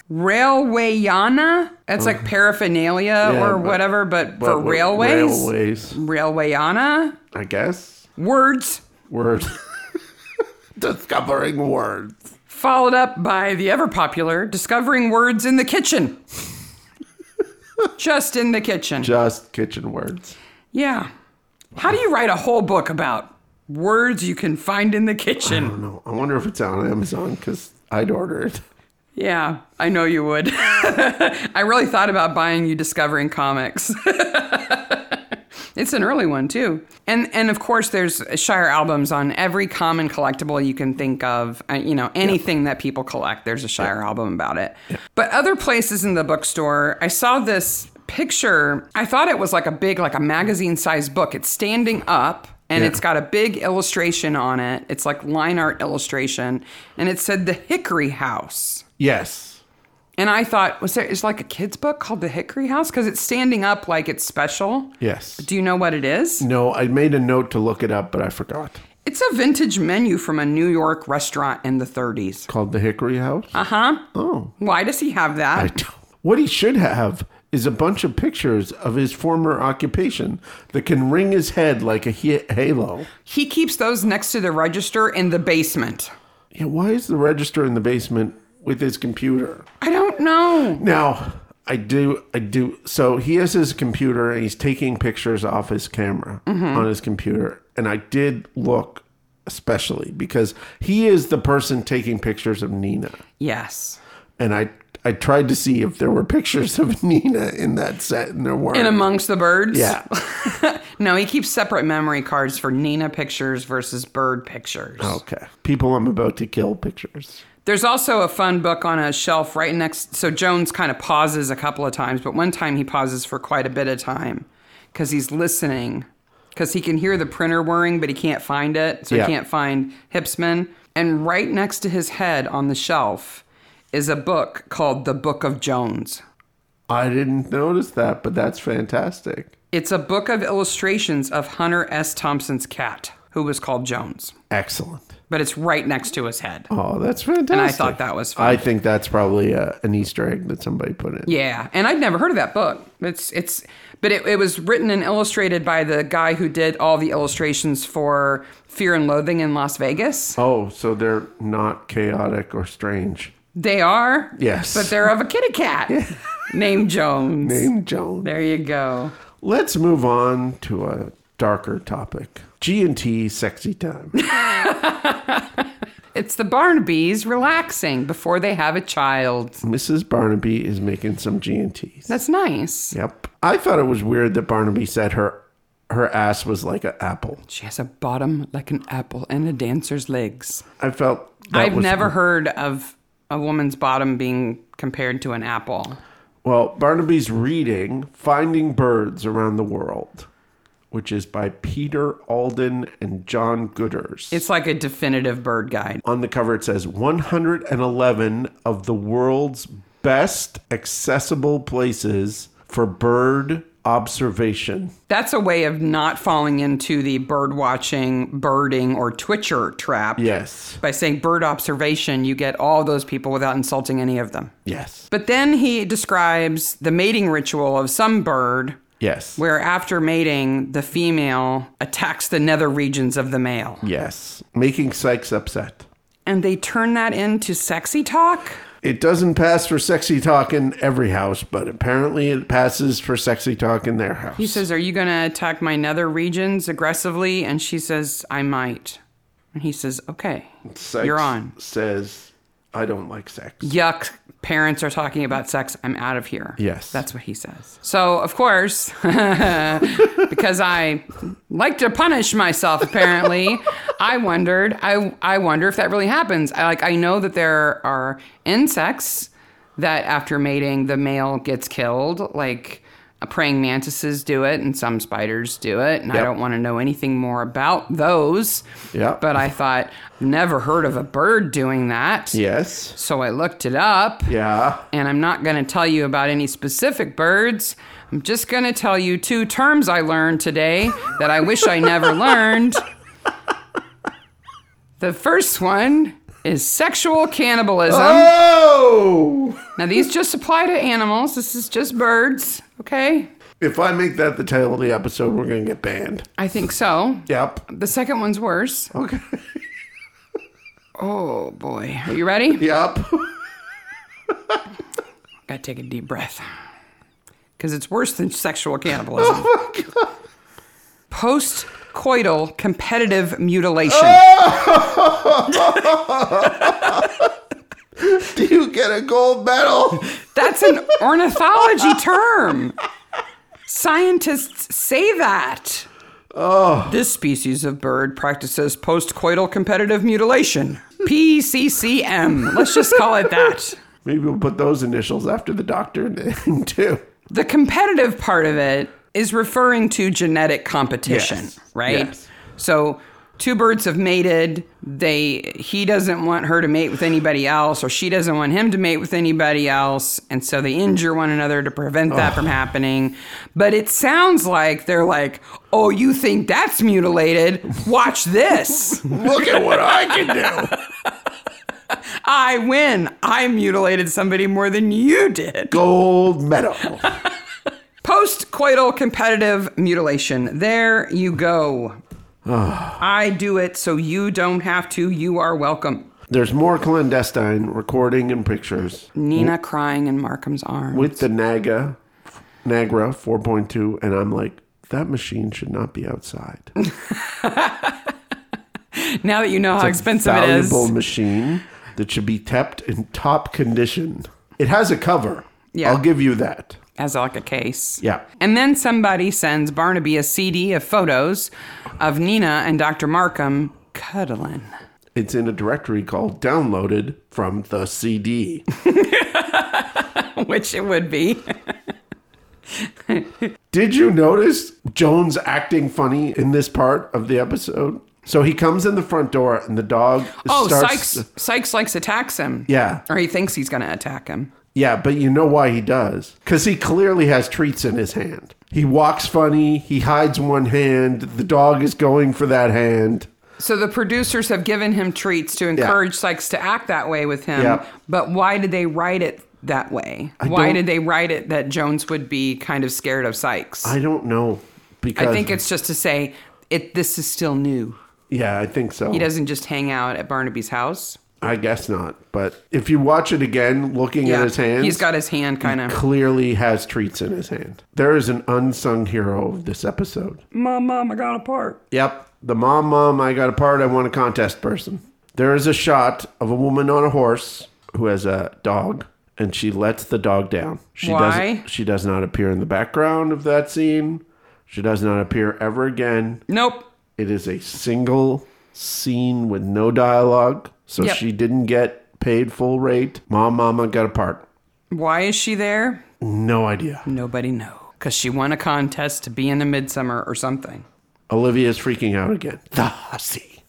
Railway Yana. That's like paraphernalia or but- whatever, but, for But what- railways. Railways. Railway Yana. I guess. Words Words. discovering words. followed up by the ever popular Discovering Words in the Kitchen. Just in the kitchen. Just kitchen words. Yeah. How do you write a whole book about words you can find in the I kitchen? don't know. I wonder if it's on Amazon because I'd order it. Yeah, I know you would. I really thought about buying you Discovering Comics. It's an early one too, and and of course there's Shire albums on every common collectible you can think of. Uh, you know anything that people collect, there's a Shire album about it. But other places in the bookstore, I saw this picture. I thought it was like a big, like a magazine sized book. It's standing up. And Yeah. it's got a big illustration on it. It's like line art illustration. And it said The Hickory House. Yes. And I thought, was there is like a kid's book called The Hickory House? Because it's standing up like it's special. Yes. Do you know what it is? No, I made a note to look it up, but I forgot. It's a vintage menu from a New York restaurant in the 30s. Called the Hickory House. Uh huh. Oh. Why does he have I that? don't. What he should have is a bunch of pictures of his former occupation that can ring his head like a he- halo. He keeps those next to the register in the basement. Yeah, why is the register in the basement with his computer? I don't know. Now, I do, I do. So he has his computer and he's taking pictures off his camera Mm-hmm. on his computer. And I did look especially because he is the person taking pictures of Nina. Yes. And I, I tried to see if there were pictures of Nina in that set, and there weren't. And amongst the birds? yeah, no, he keeps separate memory cards for Nina pictures versus bird pictures. okay. People, I'm about to kill pictures. There's also a fun book on a shelf right next. So Jones kind of pauses a couple of times, but one time he pauses for quite a bit of time because he's listening, because he can hear the printer whirring, but he can't find it. So Yeah. he can't find Hipsman. And right next to his head on the shelf is a book called The Book of Jones. I didn't notice that, but that's fantastic. It's a book of illustrations of Hunter S. Thompson's cat, who was called Jones, Excellent. but it's right next to his head. Oh, that's fantastic. And I thought that was fun. I think that's probably uh an Easter egg that somebody put in. Yeah, and I'd never heard of that book. It's it's, but it, it was written and illustrated by the guy who did all the illustrations for Fear and Loathing in Las Vegas. Oh, so they're not chaotic or strange. They are Yes. but they're of a kitty cat named Jones. Name Joan. There you go. Let's move on to a darker topic. G and T sexy time. It's the Barnabys relaxing before they have a child. Mrs. Barnaby is making some G and T's. That's nice. Yep. I thought it was weird that Barnaby said her her ass was like an apple. She has a bottom like an apple and a dancer's legs. I felt that I've was- never heard of a woman's bottom being compared to an apple. Well, Barnaby's reading Finding Birds Around the World, which is by Peter Alden and John Gooders. It's like a definitive bird guide. On the cover, it says 111 of the world's best accessible places for bird observation. That's a way of not falling into the bird watching, birding, or twitcher trap. Yes. By saying bird observation, you get all those people without insulting any of them. Yes. But then he describes the mating ritual of some bird, Yes. where after mating, the female attacks the nether regions of the male. Yes. Making Sykes upset. And they turn that into sexy talk? It doesn't pass for sexy talk in every house, but apparently it passes for sexy talk in their house. He says, Are you going to attack my nether regions aggressively? And she says, I might. And he says, Okay, Sykes you're on. Says, I don't like sex. yuck parents are talking about sex i'm out of here Yes. that's what he says so of course because i like to punish myself apparently i wondered i i wonder if that really happens i like i know that there are insects that after mating the male gets killed like praying mantises do it and some spiders do it and i Yep. don't want to know anything more about those Yep. but i thought never heard of a bird doing that Yes. so I looked it up, Yeah. and I'm not going to tell you about any specific birds. I'm just going to tell you two terms I learned today that I wish I never learned. The first one is sexual cannibalism. Oh! Now, these just apply to animals. This is just birds, okay? If I make that the title of the episode, we're going to get banned. I think so. Yep. The second one's worse. Okay. Oh, boy. Are you ready? Yep. Gotta take a deep breath. Because it's worse than sexual cannibalism. Oh my God. Post coital competitive mutilation. Do you get a gold medal? That's an ornithology term. Scientists say that. Oh. This species of bird practices postcoital competitive mutilation. PCCM. Let's just call it that. Maybe we'll put those initials after the doctor name too. The competitive part of it is referring to genetic competition, Yes. right? Yes. So two birds have mated. They he doesn't want her to mate with anybody else or she doesn't want him to mate with anybody else and so they injure one another to prevent that from happening. But it sounds like they're like, "Oh, you think that's mutilated? Watch this. Look at what I can do. I win. I mutilated somebody more than you did." Gold medal. Postcoital competitive mutilation. There you go. Ah. I do it so you don't have to. You are welcome. There's more clandestine recording and pictures Nina crying in Markham's arms. with the Naga, Nagra 4.2, and I'm like, that machine should not be outside. now that you know how expensive it is. valuable machine that should be kept in top condition. It has a cover. Yeah. I'll give you that. As like a case. Yeah. And then somebody sends Barnaby a CD of photos of Nina and Dr. Markham cuddling. It's in a directory called downloaded from the CD. Which it would be. Did you notice Jones acting funny in this part of the episode? So he comes in the front door and the dog Oh, starts Sykes Sykes likes attacks him. Yeah. Or he thinks he's gonna attack him. Yeah, but you know why he does? Because he clearly has treats in his hand. He walks funny. He hides one hand. The dog is going for that hand. So the producers have given him treats to encourage Sykes to act that way with him. Yeah. But why did they write it that way? why don't- did they write it that Jones would be kind of scared of Sykes? I, I don't know because think it's just to say it. This is still new. yeah, I think so. He doesn't just hang out at Barnaby's house. I guess not. But if you watch it again, looking at his hands, He's got his hand kind of. clearly has treats in his hand. There is an unsung hero of this episode. Mom, mom, I got a part. Yep, the mom, mom, I got a part. I won a contest person. There is a shot of a woman on a horse who has a dog, and she lets the dog down. She Why? Doesn't, she does not appear in the background of that scene. She does not appear ever again. Nope. It is a single scene with no dialogue, so Yep. she didn't get paid full rate. Mom, mama got a part. Why is she there? No idea. Nobody know. Because she won a contest to be in a midsummer or something. Olivia's freaking out again. The hussy.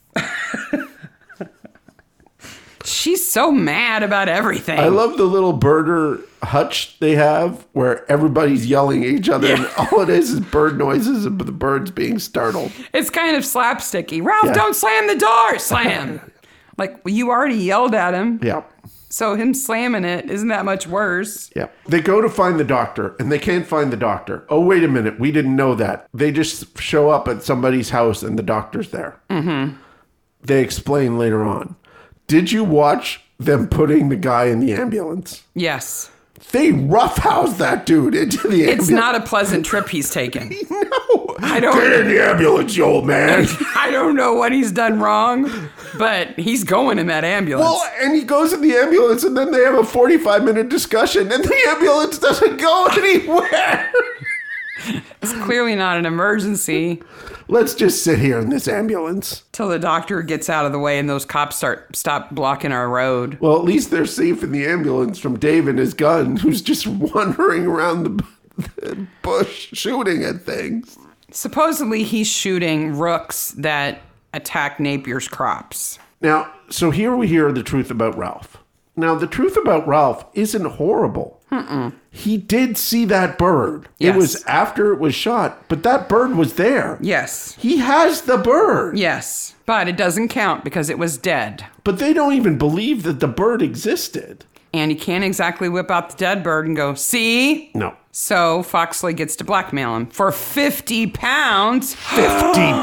She's so mad about everything. I love the little birder hutch they have where everybody's yelling at each other and all it is is bird noises and the birds being startled. It's kind of slapsticky. Ralph, Yeah. don't slam the door. Slam. like well, you already yelled at him, Yeah. so him slamming it isn't that much worse. Yeah. They go to find the doctor and they can't find the doctor. Oh, wait a minute. We didn't know that. They just show up at somebody's house and the doctor's there. Mm-hmm. They explain later on. Did you watch them putting the guy in the ambulance? Yes, They roughhouse that dude into the ambulance. it's not a pleasant trip he's taken. No. I don't- Get in the ambulance, you old man. I don't know what he's done wrong, but he's going in that ambulance. Well, and he goes in the ambulance, and then they have a 45 minute discussion, and the ambulance doesn't go anywhere. it's clearly not an emergency Let's just sit here in this ambulance. till the doctor gets out of the way and those cops start stop blocking our road. Well, at least they're safe in the ambulance from Dave and his gun, who's just wandering around the, the bush shooting at things. Supposedly, he's shooting rooks that attack Napier's crops. Now, so here we hear the truth about Ralph. Now, the truth about Ralph isn't horrible. He did see that bird. Yes. It was after it was shot, but that bird was there. Yes. He has the bird. Yes, but it doesn't count because it was dead. But they don't even believe that the bird existed. And he can't exactly whip out the dead bird and go, see? No. So Foxley gets to blackmail him for 50 pounds. 50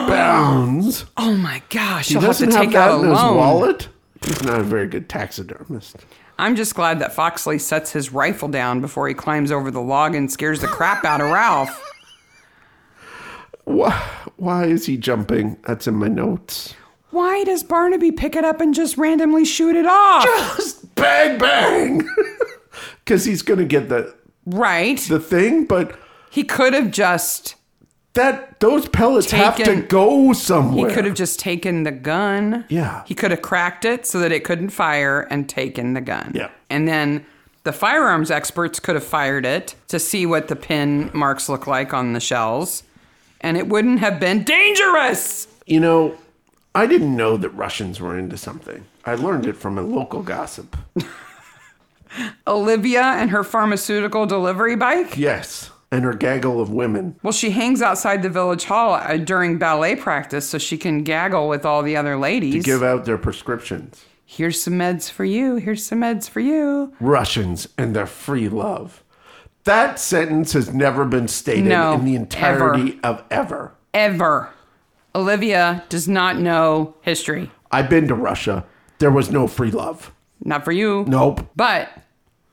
pounds. Oh my gosh, He he'll have to doesn't have take that out in a his loan. wallet. He's not a very good taxidermist. I'm just glad that Foxley sets his rifle down before he climbs over the log and scares the crap out of Ralph. Why, why is he jumping? That's in my notes. Why does Barnaby pick it up and just randomly shoot it off? Just bang, bang. Because he's going to get the, right. the thing, but He could have just That those pellets have to Taken- go he somewhere. could have just taken the gun. Yeah. He could have cracked it so that it couldn't fire and taken the gun. Yeah. And then the firearms experts could have fired it to see what the pin marks look like on the shells. And it wouldn't have been dangerous. You know, I didn't know that Russians were into something. I learned it from a local gossip. Olivia and her pharmaceutical delivery bike. Yes, and her gaggle of women. Well, she hangs outside the village hall uh, during ballet practice so she can gaggle with all the other ladies. Give out their prescriptions. Here's some meds for you. Here's some meds for you. Russians and their free love. That sentence has never been stated No, in the entirety of ever. Ever. Olivia does not know history. I've been to Russia. There was no free love. Not for you. Nope. But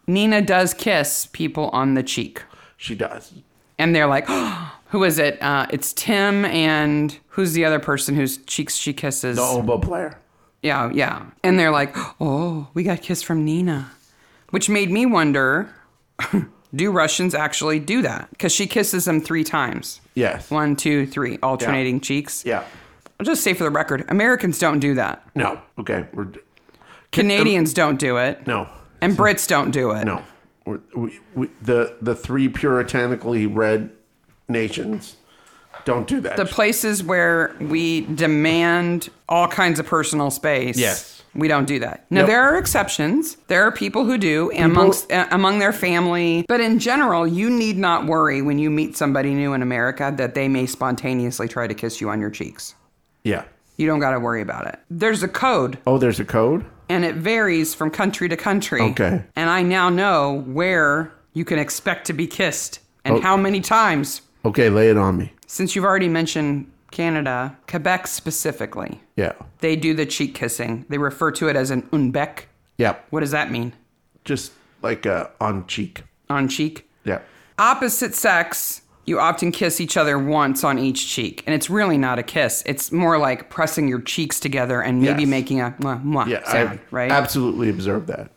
Nina does kiss people on the cheek. She does. And they're like, who is it? Uh, it's Tim and who's the other person whose cheeks she kisses? The oboe player. Yeah, yeah. And they're like, oh, we got kissed from Nina, which made me wonder do Russians actually do that? Because she kisses them three times Yes. one, two, three, alternating cheeks. Yeah. um, I'll just say for the record Americans don't do that, No. Okay. We're d- Canadians don't do it, no. and Brits don't do it. No. We're, we, we, the the three puritanically red nations don't do that. The places where we demand all kinds of personal space. Yes. We don't do that. Now Nope. there are exceptions. There are people who do amongst uh, among their family, but in general, you need not worry when you meet somebody new in America that they may spontaneously try to kiss you on your cheeks. yeah. You don't got to worry about it. There's a code Oh, there's a code. and it varies from country to country. Okay. And I now know where you can expect to be kissed Oh. and how many times Okay, lay it on me. since you've already mentioned Canada, Quebec specifically, Yeah. they do the cheek kissing. They refer to it as an unbec. Yeah. What does that mean? Just like uh, on cheek. On cheek? Yeah. Opposite sex, you often kiss each other once on each cheek. And it's really not a kiss. It's more like pressing your cheeks together and maybe Yes. making a mwah, mwah Yeah. sound, I've right? Absolutely observed that.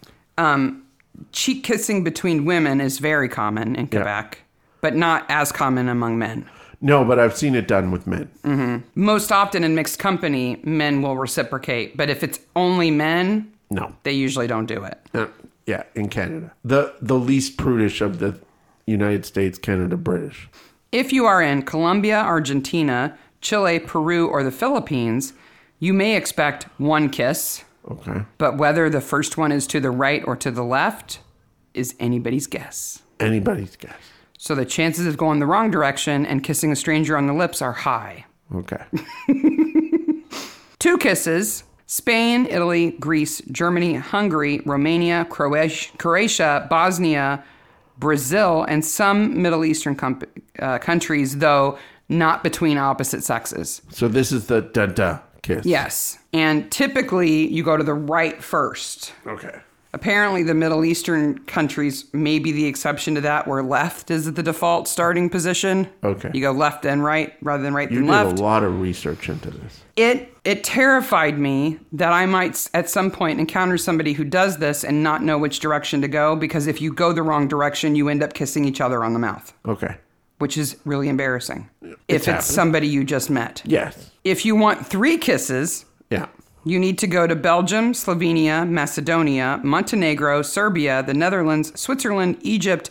cheek kissing between women is very common in Quebec, but not as common among men. No, but I've seen it done with men. Mm. Most often in mixed company, men will reciprocate. But if it's only men, No. they usually don't do it. Uh, yeah, in Canada. The the least prudish of the United States, Canada, British. If you are in Colombia, Argentina, Chile, Peru, or the Philippines, you may expect one kiss, Okay. but whether the first one is to the right or to the left is anybody's guess. Anybody's guess. So the chances of going the wrong direction and kissing a stranger on the lips are high. Okay. Two kisses Spain, Italy, Greece, Germany, Hungary, Romania, Croatia, Croatia Bosnia, Brazil, and some Middle Eastern com- uh, countries, though not between opposite sexes. So this is the da da kiss. Yes. And typically you go to the right first. Okay. Apparently, the Middle Eastern countries may be the exception to that, where left is the default starting position. Okay. You go left then right rather than right You then did left. a lot of research into this. it it terrified me that I might s- at some point encounter somebody who does this and not know which direction to go because if you go the wrong direction, you end up kissing each other on the mouth, Okay. which is really embarrassing. if it's happened. somebody you just met. Yes. If you want three kisses, Yeah. you need to go to Belgium, Slovenia, Macedonia, Montenegro, Serbia, the Netherlands, Switzerland, Egypt,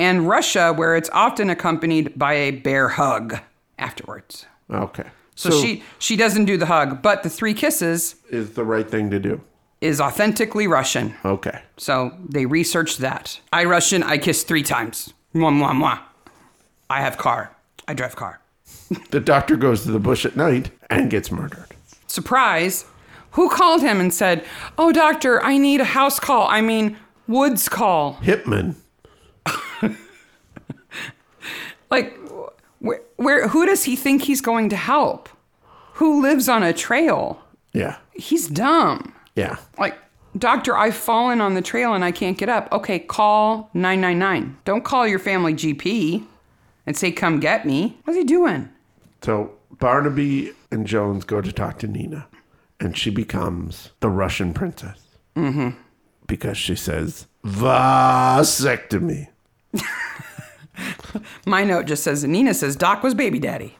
and Russia, where it's often accompanied by a bear hug afterwards. Okay. So, she she doesn't do the hug, but the three kisses is the right thing to do. is authentically Russian. Okay. So they researched that. I Russian, I kiss three times. Mwah mwah mwah. I have car. I drive car. The doctor goes to the bush at night and gets murdered. Surprise. Who called him and said, Oh doctor, I need a house call. I mean woods call. Hitman. Like, where, where, who does he think he's going to help? Who lives on a trail? Yeah. He's dumb. Yeah. Like, doctor, I've fallen on the trail and I can't get up. Okay, call 999. Don't call your family GP and say, come get me. What's he doing? So Barnaby and Jones go to talk to Nina, and she becomes the Russian princess. Mm-hmm. Because she says, vasectomy. My note just says Nina says Doc was baby daddy.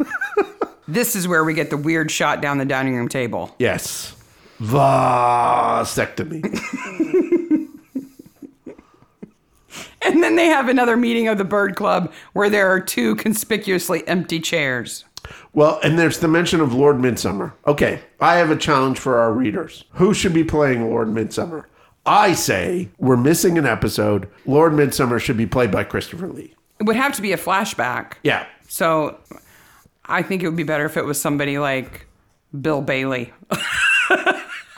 this is where we get the weird shot down the dining room table. Yes. Vasectomy. And then they have another meeting of the bird club where there are two conspicuously empty chairs. well, and there's the mention of Lord Midsummer. Okay, I have a challenge for our readers. Who should be playing Lord Midsummer? I say we're missing an episode. Lord Midsummer should be played by Christopher Lee. It would have to be a flashback. Yeah. So I think it would be better if it was somebody like Bill Bailey.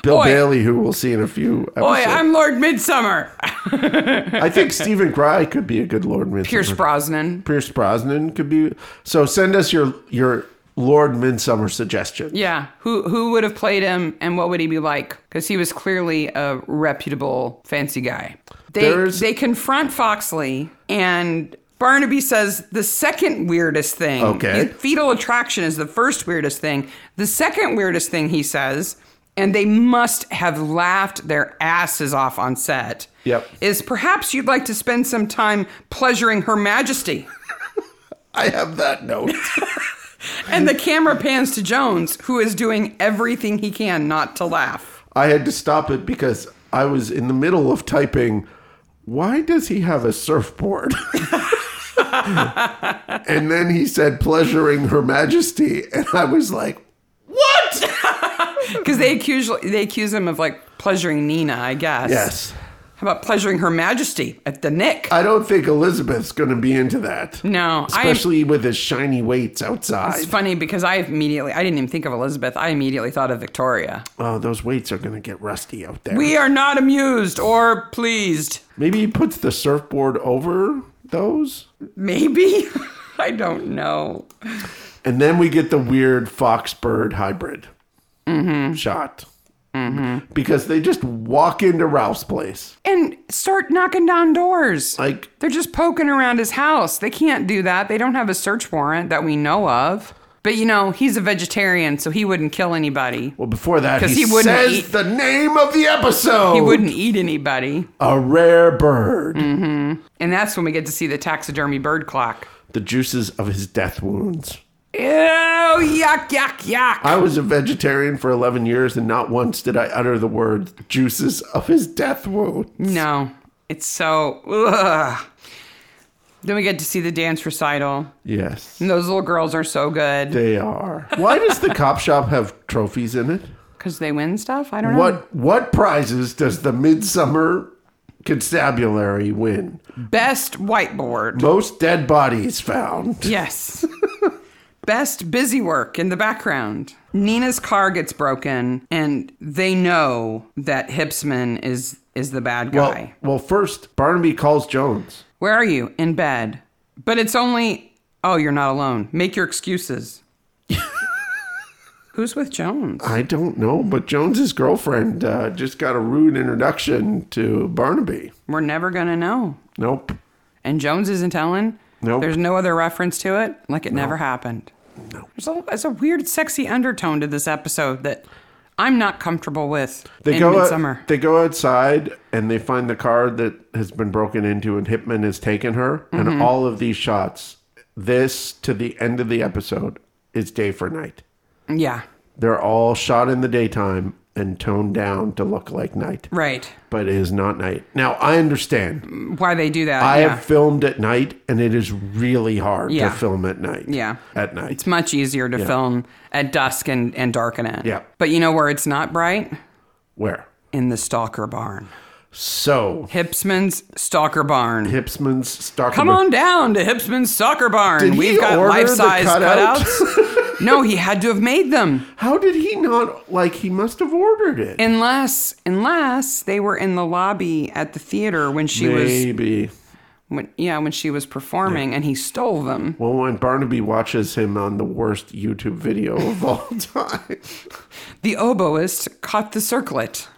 Bill Oi. Bailey, who we'll see in a few episodes. Boy, I'm Lord Midsummer. I think Stephen Fry could be a good Lord Midsummer. Pierce Brosnan. Pierce Brosnan could be. So send us your your Lord Midsummer suggestion. Yeah, who who would have played him and what would he be like? Because he was clearly a reputable fancy guy. They There's- they confront Foxley and Barnaby says the second weirdest thing. Okay. fetal attraction is the first weirdest thing. The second weirdest thing he says, and they must have laughed their asses off on set. Yep. Is perhaps you'd like to spend some time pleasuring Her Majesty. I have that note. And the camera pans to Jones, who is doing everything he can not to laugh. I had to stop it because I was in the middle of typing. Why does he have a surfboard? and then he said, "Pleasuring Her Majesty," and I was like, "What?" Because they accuse they accuse him of like pleasuring Nina, I guess. Yes, How about pleasuring Her Majesty at the Nick? I don't think Elizabeth's going to be into that. no, I. especially with his shiny weights outside. It's funny because I immediately I didn't even think of Elizabeth. I immediately thought of Victoria. Oh, those weights are going to get rusty out there. We are not amused or pleased. Maybe he puts the surfboard over those. Maybe I don't know. And then we get the weird fox bird hybrid Mm-hmm. shot. Because they just walk into Ralph's place. And start knocking down doors. Like, They're just poking around his house. They can't do that. They don't have a search warrant that we know of. But you know, he's a vegetarian, so he wouldn't kill anybody. well, before that, 'Cause he, he wouldn't says eat- the name of the episode. He Mm. wouldn't eat anybody. A rare bird. And that's when we get to see the taxidermy bird clock. The juices of his death wounds. Ew, yuck, yuck, yuck. I was a vegetarian for 11 years, and not once did I utter the word juices of his death wound. No, it's so. Ugh. Then we get to see the dance recital. Yes. And those little girls are so good They are. Why does the cop shop have trophies in it? because they win stuff. I don't know. What what prizes does the Midsummer Constabulary win? Best whiteboard. Most dead bodies found. Yes. Best busy work in the background. Nina's car gets broken, and they know that Hipsman is is the bad guy. Well, well, first Barnaby calls Jones. Where are you? In bed. But it's only oh, you're not alone. Make your excuses. Who's with Jones? I don't know, but Jones's girlfriend uh, just got a rude introduction to Barnaby. We're never gonna know. Nope. And Jones isn't telling. Nope. There's no other reference to it. Like it never happened. No. There's a, there's a weird, sexy undertone to this episode that I'm not comfortable with They in go uh, out- midsummer. they go outside and they find the car that has been broken into and Hitman has taken her. Mm-hmm. And all of these shots, this to the end of the episode, is day for night. yeah. They're all shot in the daytime and toned down to look like night, Right. but it is not night. Now, I understand. Why they do that. I Mm, yeah. have filmed at night, and it is really hard Yeah. to film at night. Yeah. At night. it's much easier to film at dusk and, and darken it. Yeah. But you know where it's not bright? Where? In the stalker barn. So, Hipsman's stalker barn. Hipsman's Stockholm. Come on down to Hipsman's stalker barn. Did he We've got order the life size cutouts? cutouts. no, he had to have made them. How did he not? Like, he must have ordered it. Unless unless they were in the lobby at the theater when she was Maybe. when, yeah, when she was performing and he stole them. Well, when Barnaby watches him on the worst YouTube video of all time, The oboist caught the circlet.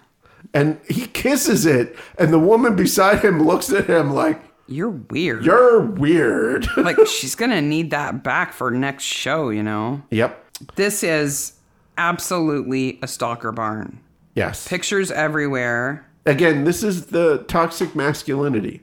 and he kisses it, and the woman beside him looks at him like, You're weird. You're weird. like she's gonna need that back for next show, you know. Yep. This is absolutely a stalker barn. Yes. Pictures everywhere. Again, this is the toxic masculinity.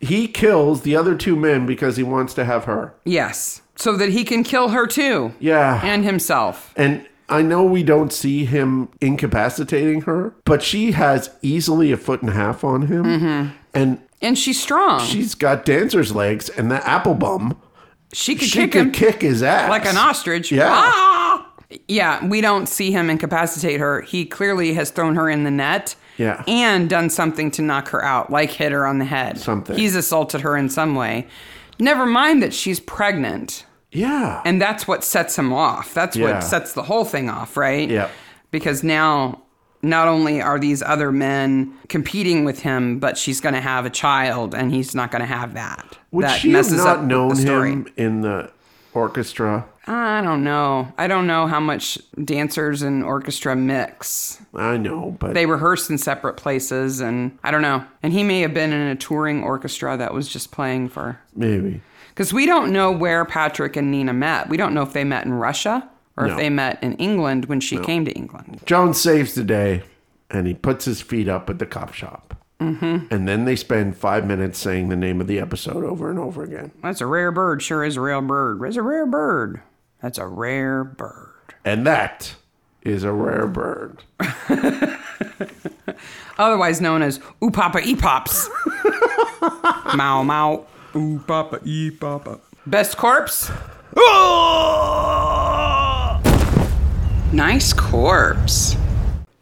He kills the other two men because he wants to have her. Yes. So that he can kill her too. Yeah. And himself. And I know we don't see him incapacitating her, but she has easily a foot and a half on him. Mm-hmm. And And she's strong. She, she's got dancer's legs, and that apple bum, could she kick could him kick his ass. like an ostrich. Yeah. Ah! Yeah, we don't see him incapacitate her. He clearly has thrown her in the net. Yeah. And done something to knock her out, like hit her on the head. Something. He's assaulted her in some way. Never mind that she's pregnant. Yeah. And that's what sets him off. That's Yeah. what sets the whole thing off, right? Yeah. Because now not only are these other men competing with him, but she's going to have a child and he's not going to have that. Would that she have not the known story. him in the orchestra? I don't know. I don't know how much dancers and orchestra mix. I know, but They rehearse in separate places and I don't know. And he may have been in a touring orchestra that was just playing for maybe. Because we don't know where Patrick and Nina met. We don't know if they met in Russia or No. if they met in England when she came to England. John saves the day and he puts his feet up at the cop shop. Mm-hmm. And then they spend five minutes saying the name of the episode over and over again. That's a rare bird. Sure is a rare bird. It's a rare bird. That's a rare bird. And that is a rare bird. Otherwise known as Ooh Papa E Pops. Mau Mau. Ooh Papa E Papa. Best corpse? Nice corpse.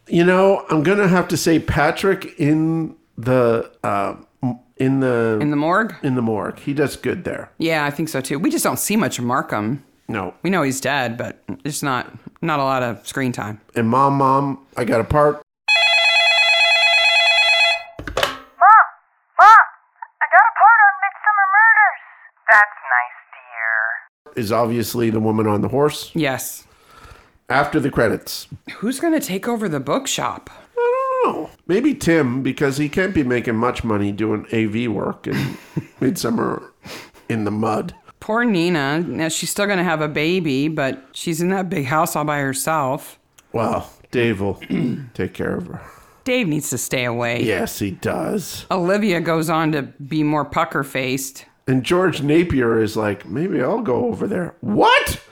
You know, I'm gonna have to say Patrick in the uh, in the In the morgue? in the morgue. He does good there. Yeah, I think so too. We just don't see much of Markham. No, We know he's dead, but it's not not a lot of screen time. and mom, mom, I got a part. Mom! Mom! I got a part on Midsummer Murders! That's nice, dear. Is obviously the woman on the horse Yes. after the credits. Who's going to take over the bookshop? I don't know. Maybe Tim, because he can't be making much money doing AV work in Midsummer in the Mud. Poor Nina. Now she's still going to have a baby, but she's in that big house all by herself. Well, Dave will take care of her. Dave needs to stay away. Yes, he does. Olivia goes on to be more pucker faced. And George Napier is like, maybe I'll go over there. What?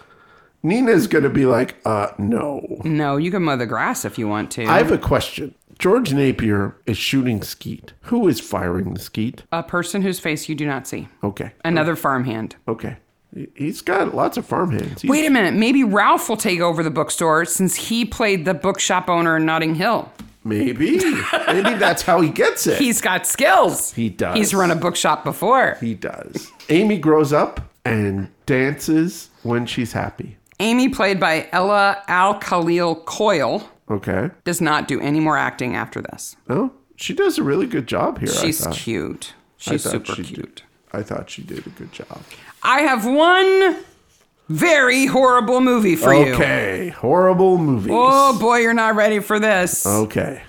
Nina's going to be like, uh, no. No, you can mow the grass if you want to. I have a question. George Napier is shooting skeet. Who is firing the skeet? a person whose face you do not see. Okay. Another farmhand. Okay. He- He's got lots of farmhands. He's- Wait a minute. Maybe Ralph will take over the bookstore since he played the bookshop owner in Notting Hill. Maybe. Maybe that's how he gets it. He's got skills. He does. He's run a bookshop before. He does. Amy grows up and dances when she's happy. Amy, played by Ella Al Khalil Coyle. Okay. does not do any more acting after this. Oh, she does a really good job here. She's I thought. cute. I She's thought super she cute. Did. I thought she did a good job. I have one very horrible movie for you. Okay. Horrible movies. Oh boy, you're not ready for this. Okay.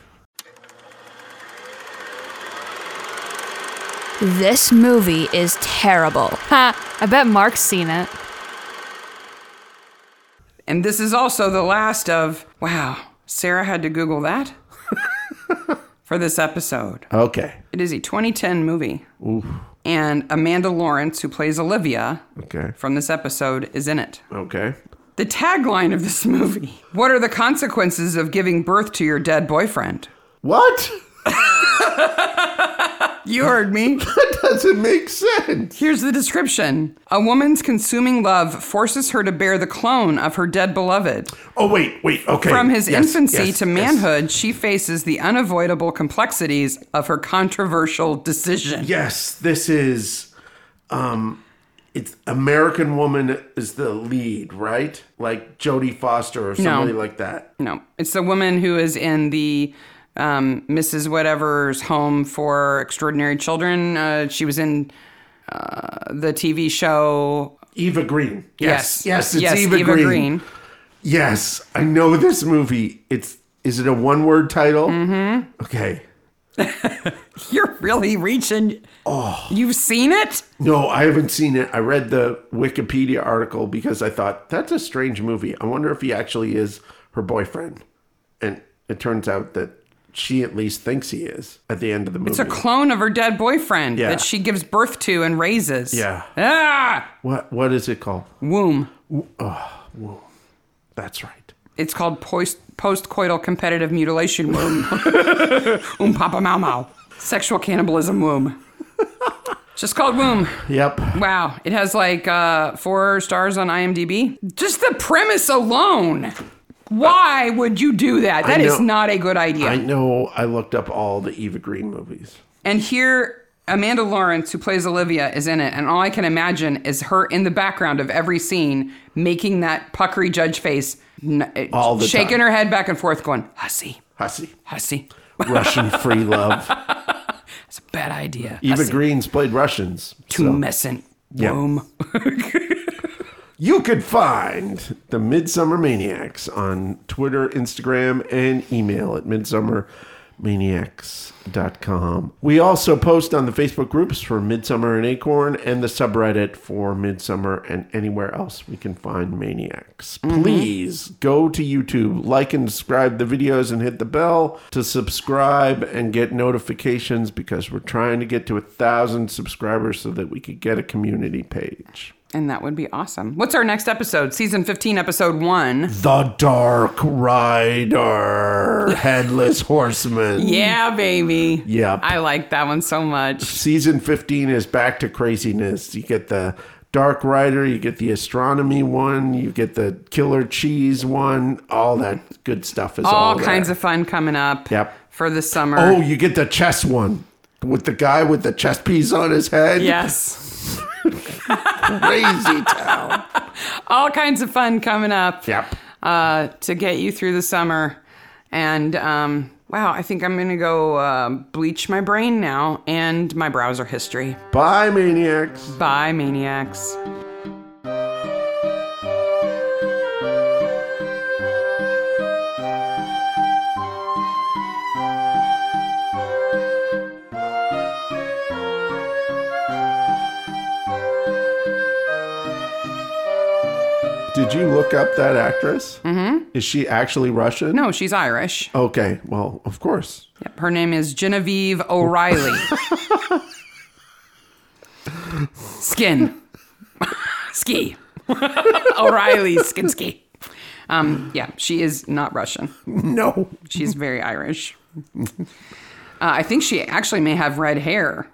This movie is terrible. Ha! I bet Mark's seen it. And this is also the last of wow, Sarah had to Google that for this episode. Okay. It is a 2010 movie. And Amanda Lawrence, who plays Olivia Okay. from this episode, is in it. Okay. The tagline of this movie What are the consequences of giving birth to your dead boyfriend? What? You heard me. That doesn't make sense. Here's the description A woman's consuming love forces her to bear the clone of her dead beloved. Oh, wait, wait. Okay. From his Yes, infancy yes, to yes. manhood, she faces the unavoidable complexities of her controversial decision. Yes, this is um it's American woman is the lead, right? Like Jodie Foster or somebody like that. No, it's the woman who is in the um, Mrs. Whatever's Home for Extraordinary Children. Uh, she was in uh, the TV show. Eva Green. Yes. Yes, it's yes, Eva, Green. Yes, I know this movie. It's is it a one-word title? Mm-hmm. Okay. You're really reaching. Oh. You've seen it? No, I haven't seen it. I read the Wikipedia article because I thought that's a strange movie. I wonder if he actually is her boyfriend. And it turns out that she at least thinks he is at the end of the movie. It's a clone of her dead boyfriend Yeah. that she gives birth to and raises. Yeah. Ah! what what is it called? Ah, Womb. That's right. It's called post postcoital competitive mutilation womb. um papa mau mau. Sexual cannibalism womb. It's Just called womb. Yep. Wow, it has like uh, four stars on IMDb. Just the premise alone. Why would you do that? That is Uh, know. not a good idea. I know I looked up all the Eva Green movies. And here, Amanda Lawrence, who plays Olivia, is in it. And all I can imagine is her in the background of every scene making that puckery judge face, n- uh, All the shaking time. her head back and forth, going, hussy, Hussy. hussy. Russian free love. That's a bad idea. Eva hussy. Green's played Russians. so. Tumescent Yeah. womb. You could find the Midsummer Maniacs on Twitter, Instagram, and email at midsummermaniacs.com. We also post on the Facebook groups for Midsummer and Acorn and the subreddit for Midsummer and anywhere else we can find Maniacs. Please go to YouTube, like and subscribe the videos, and hit the bell to subscribe and get notifications because we're trying to get to a thousand subscribers so that we could get a community page. And that would be awesome. What's our next episode? Season 15, episode one. The Dark Rider, Headless Horseman. Yeah, baby. Yep. I like that one so much. Season 15 is back to craziness. You get the Dark Rider, you get the astronomy one, you get the Killer Cheese one. All that good stuff is all, All kinds of fun coming up Yep. for the summer. Oh, you get the chess one with the guy with the chess piece on his head. yes. Crazy town. All kinds of fun coming up. Yep. Uh, to get you through the summer. And um, wow, I think I'm going to go uh, bleach my brain now and my browser history. Bye, Maniacs. Bye, maniacs. Did you look up that actress? Mm-hmm. Is she actually Russian? No, she's Irish. Okay, well, of course. Yep, her name is Genevieve O'Reilly. skin. ski. O'Reilly skin ski. Um, yeah, she is not Russian. No. She's very Irish. Uh, I think she actually may have red hair.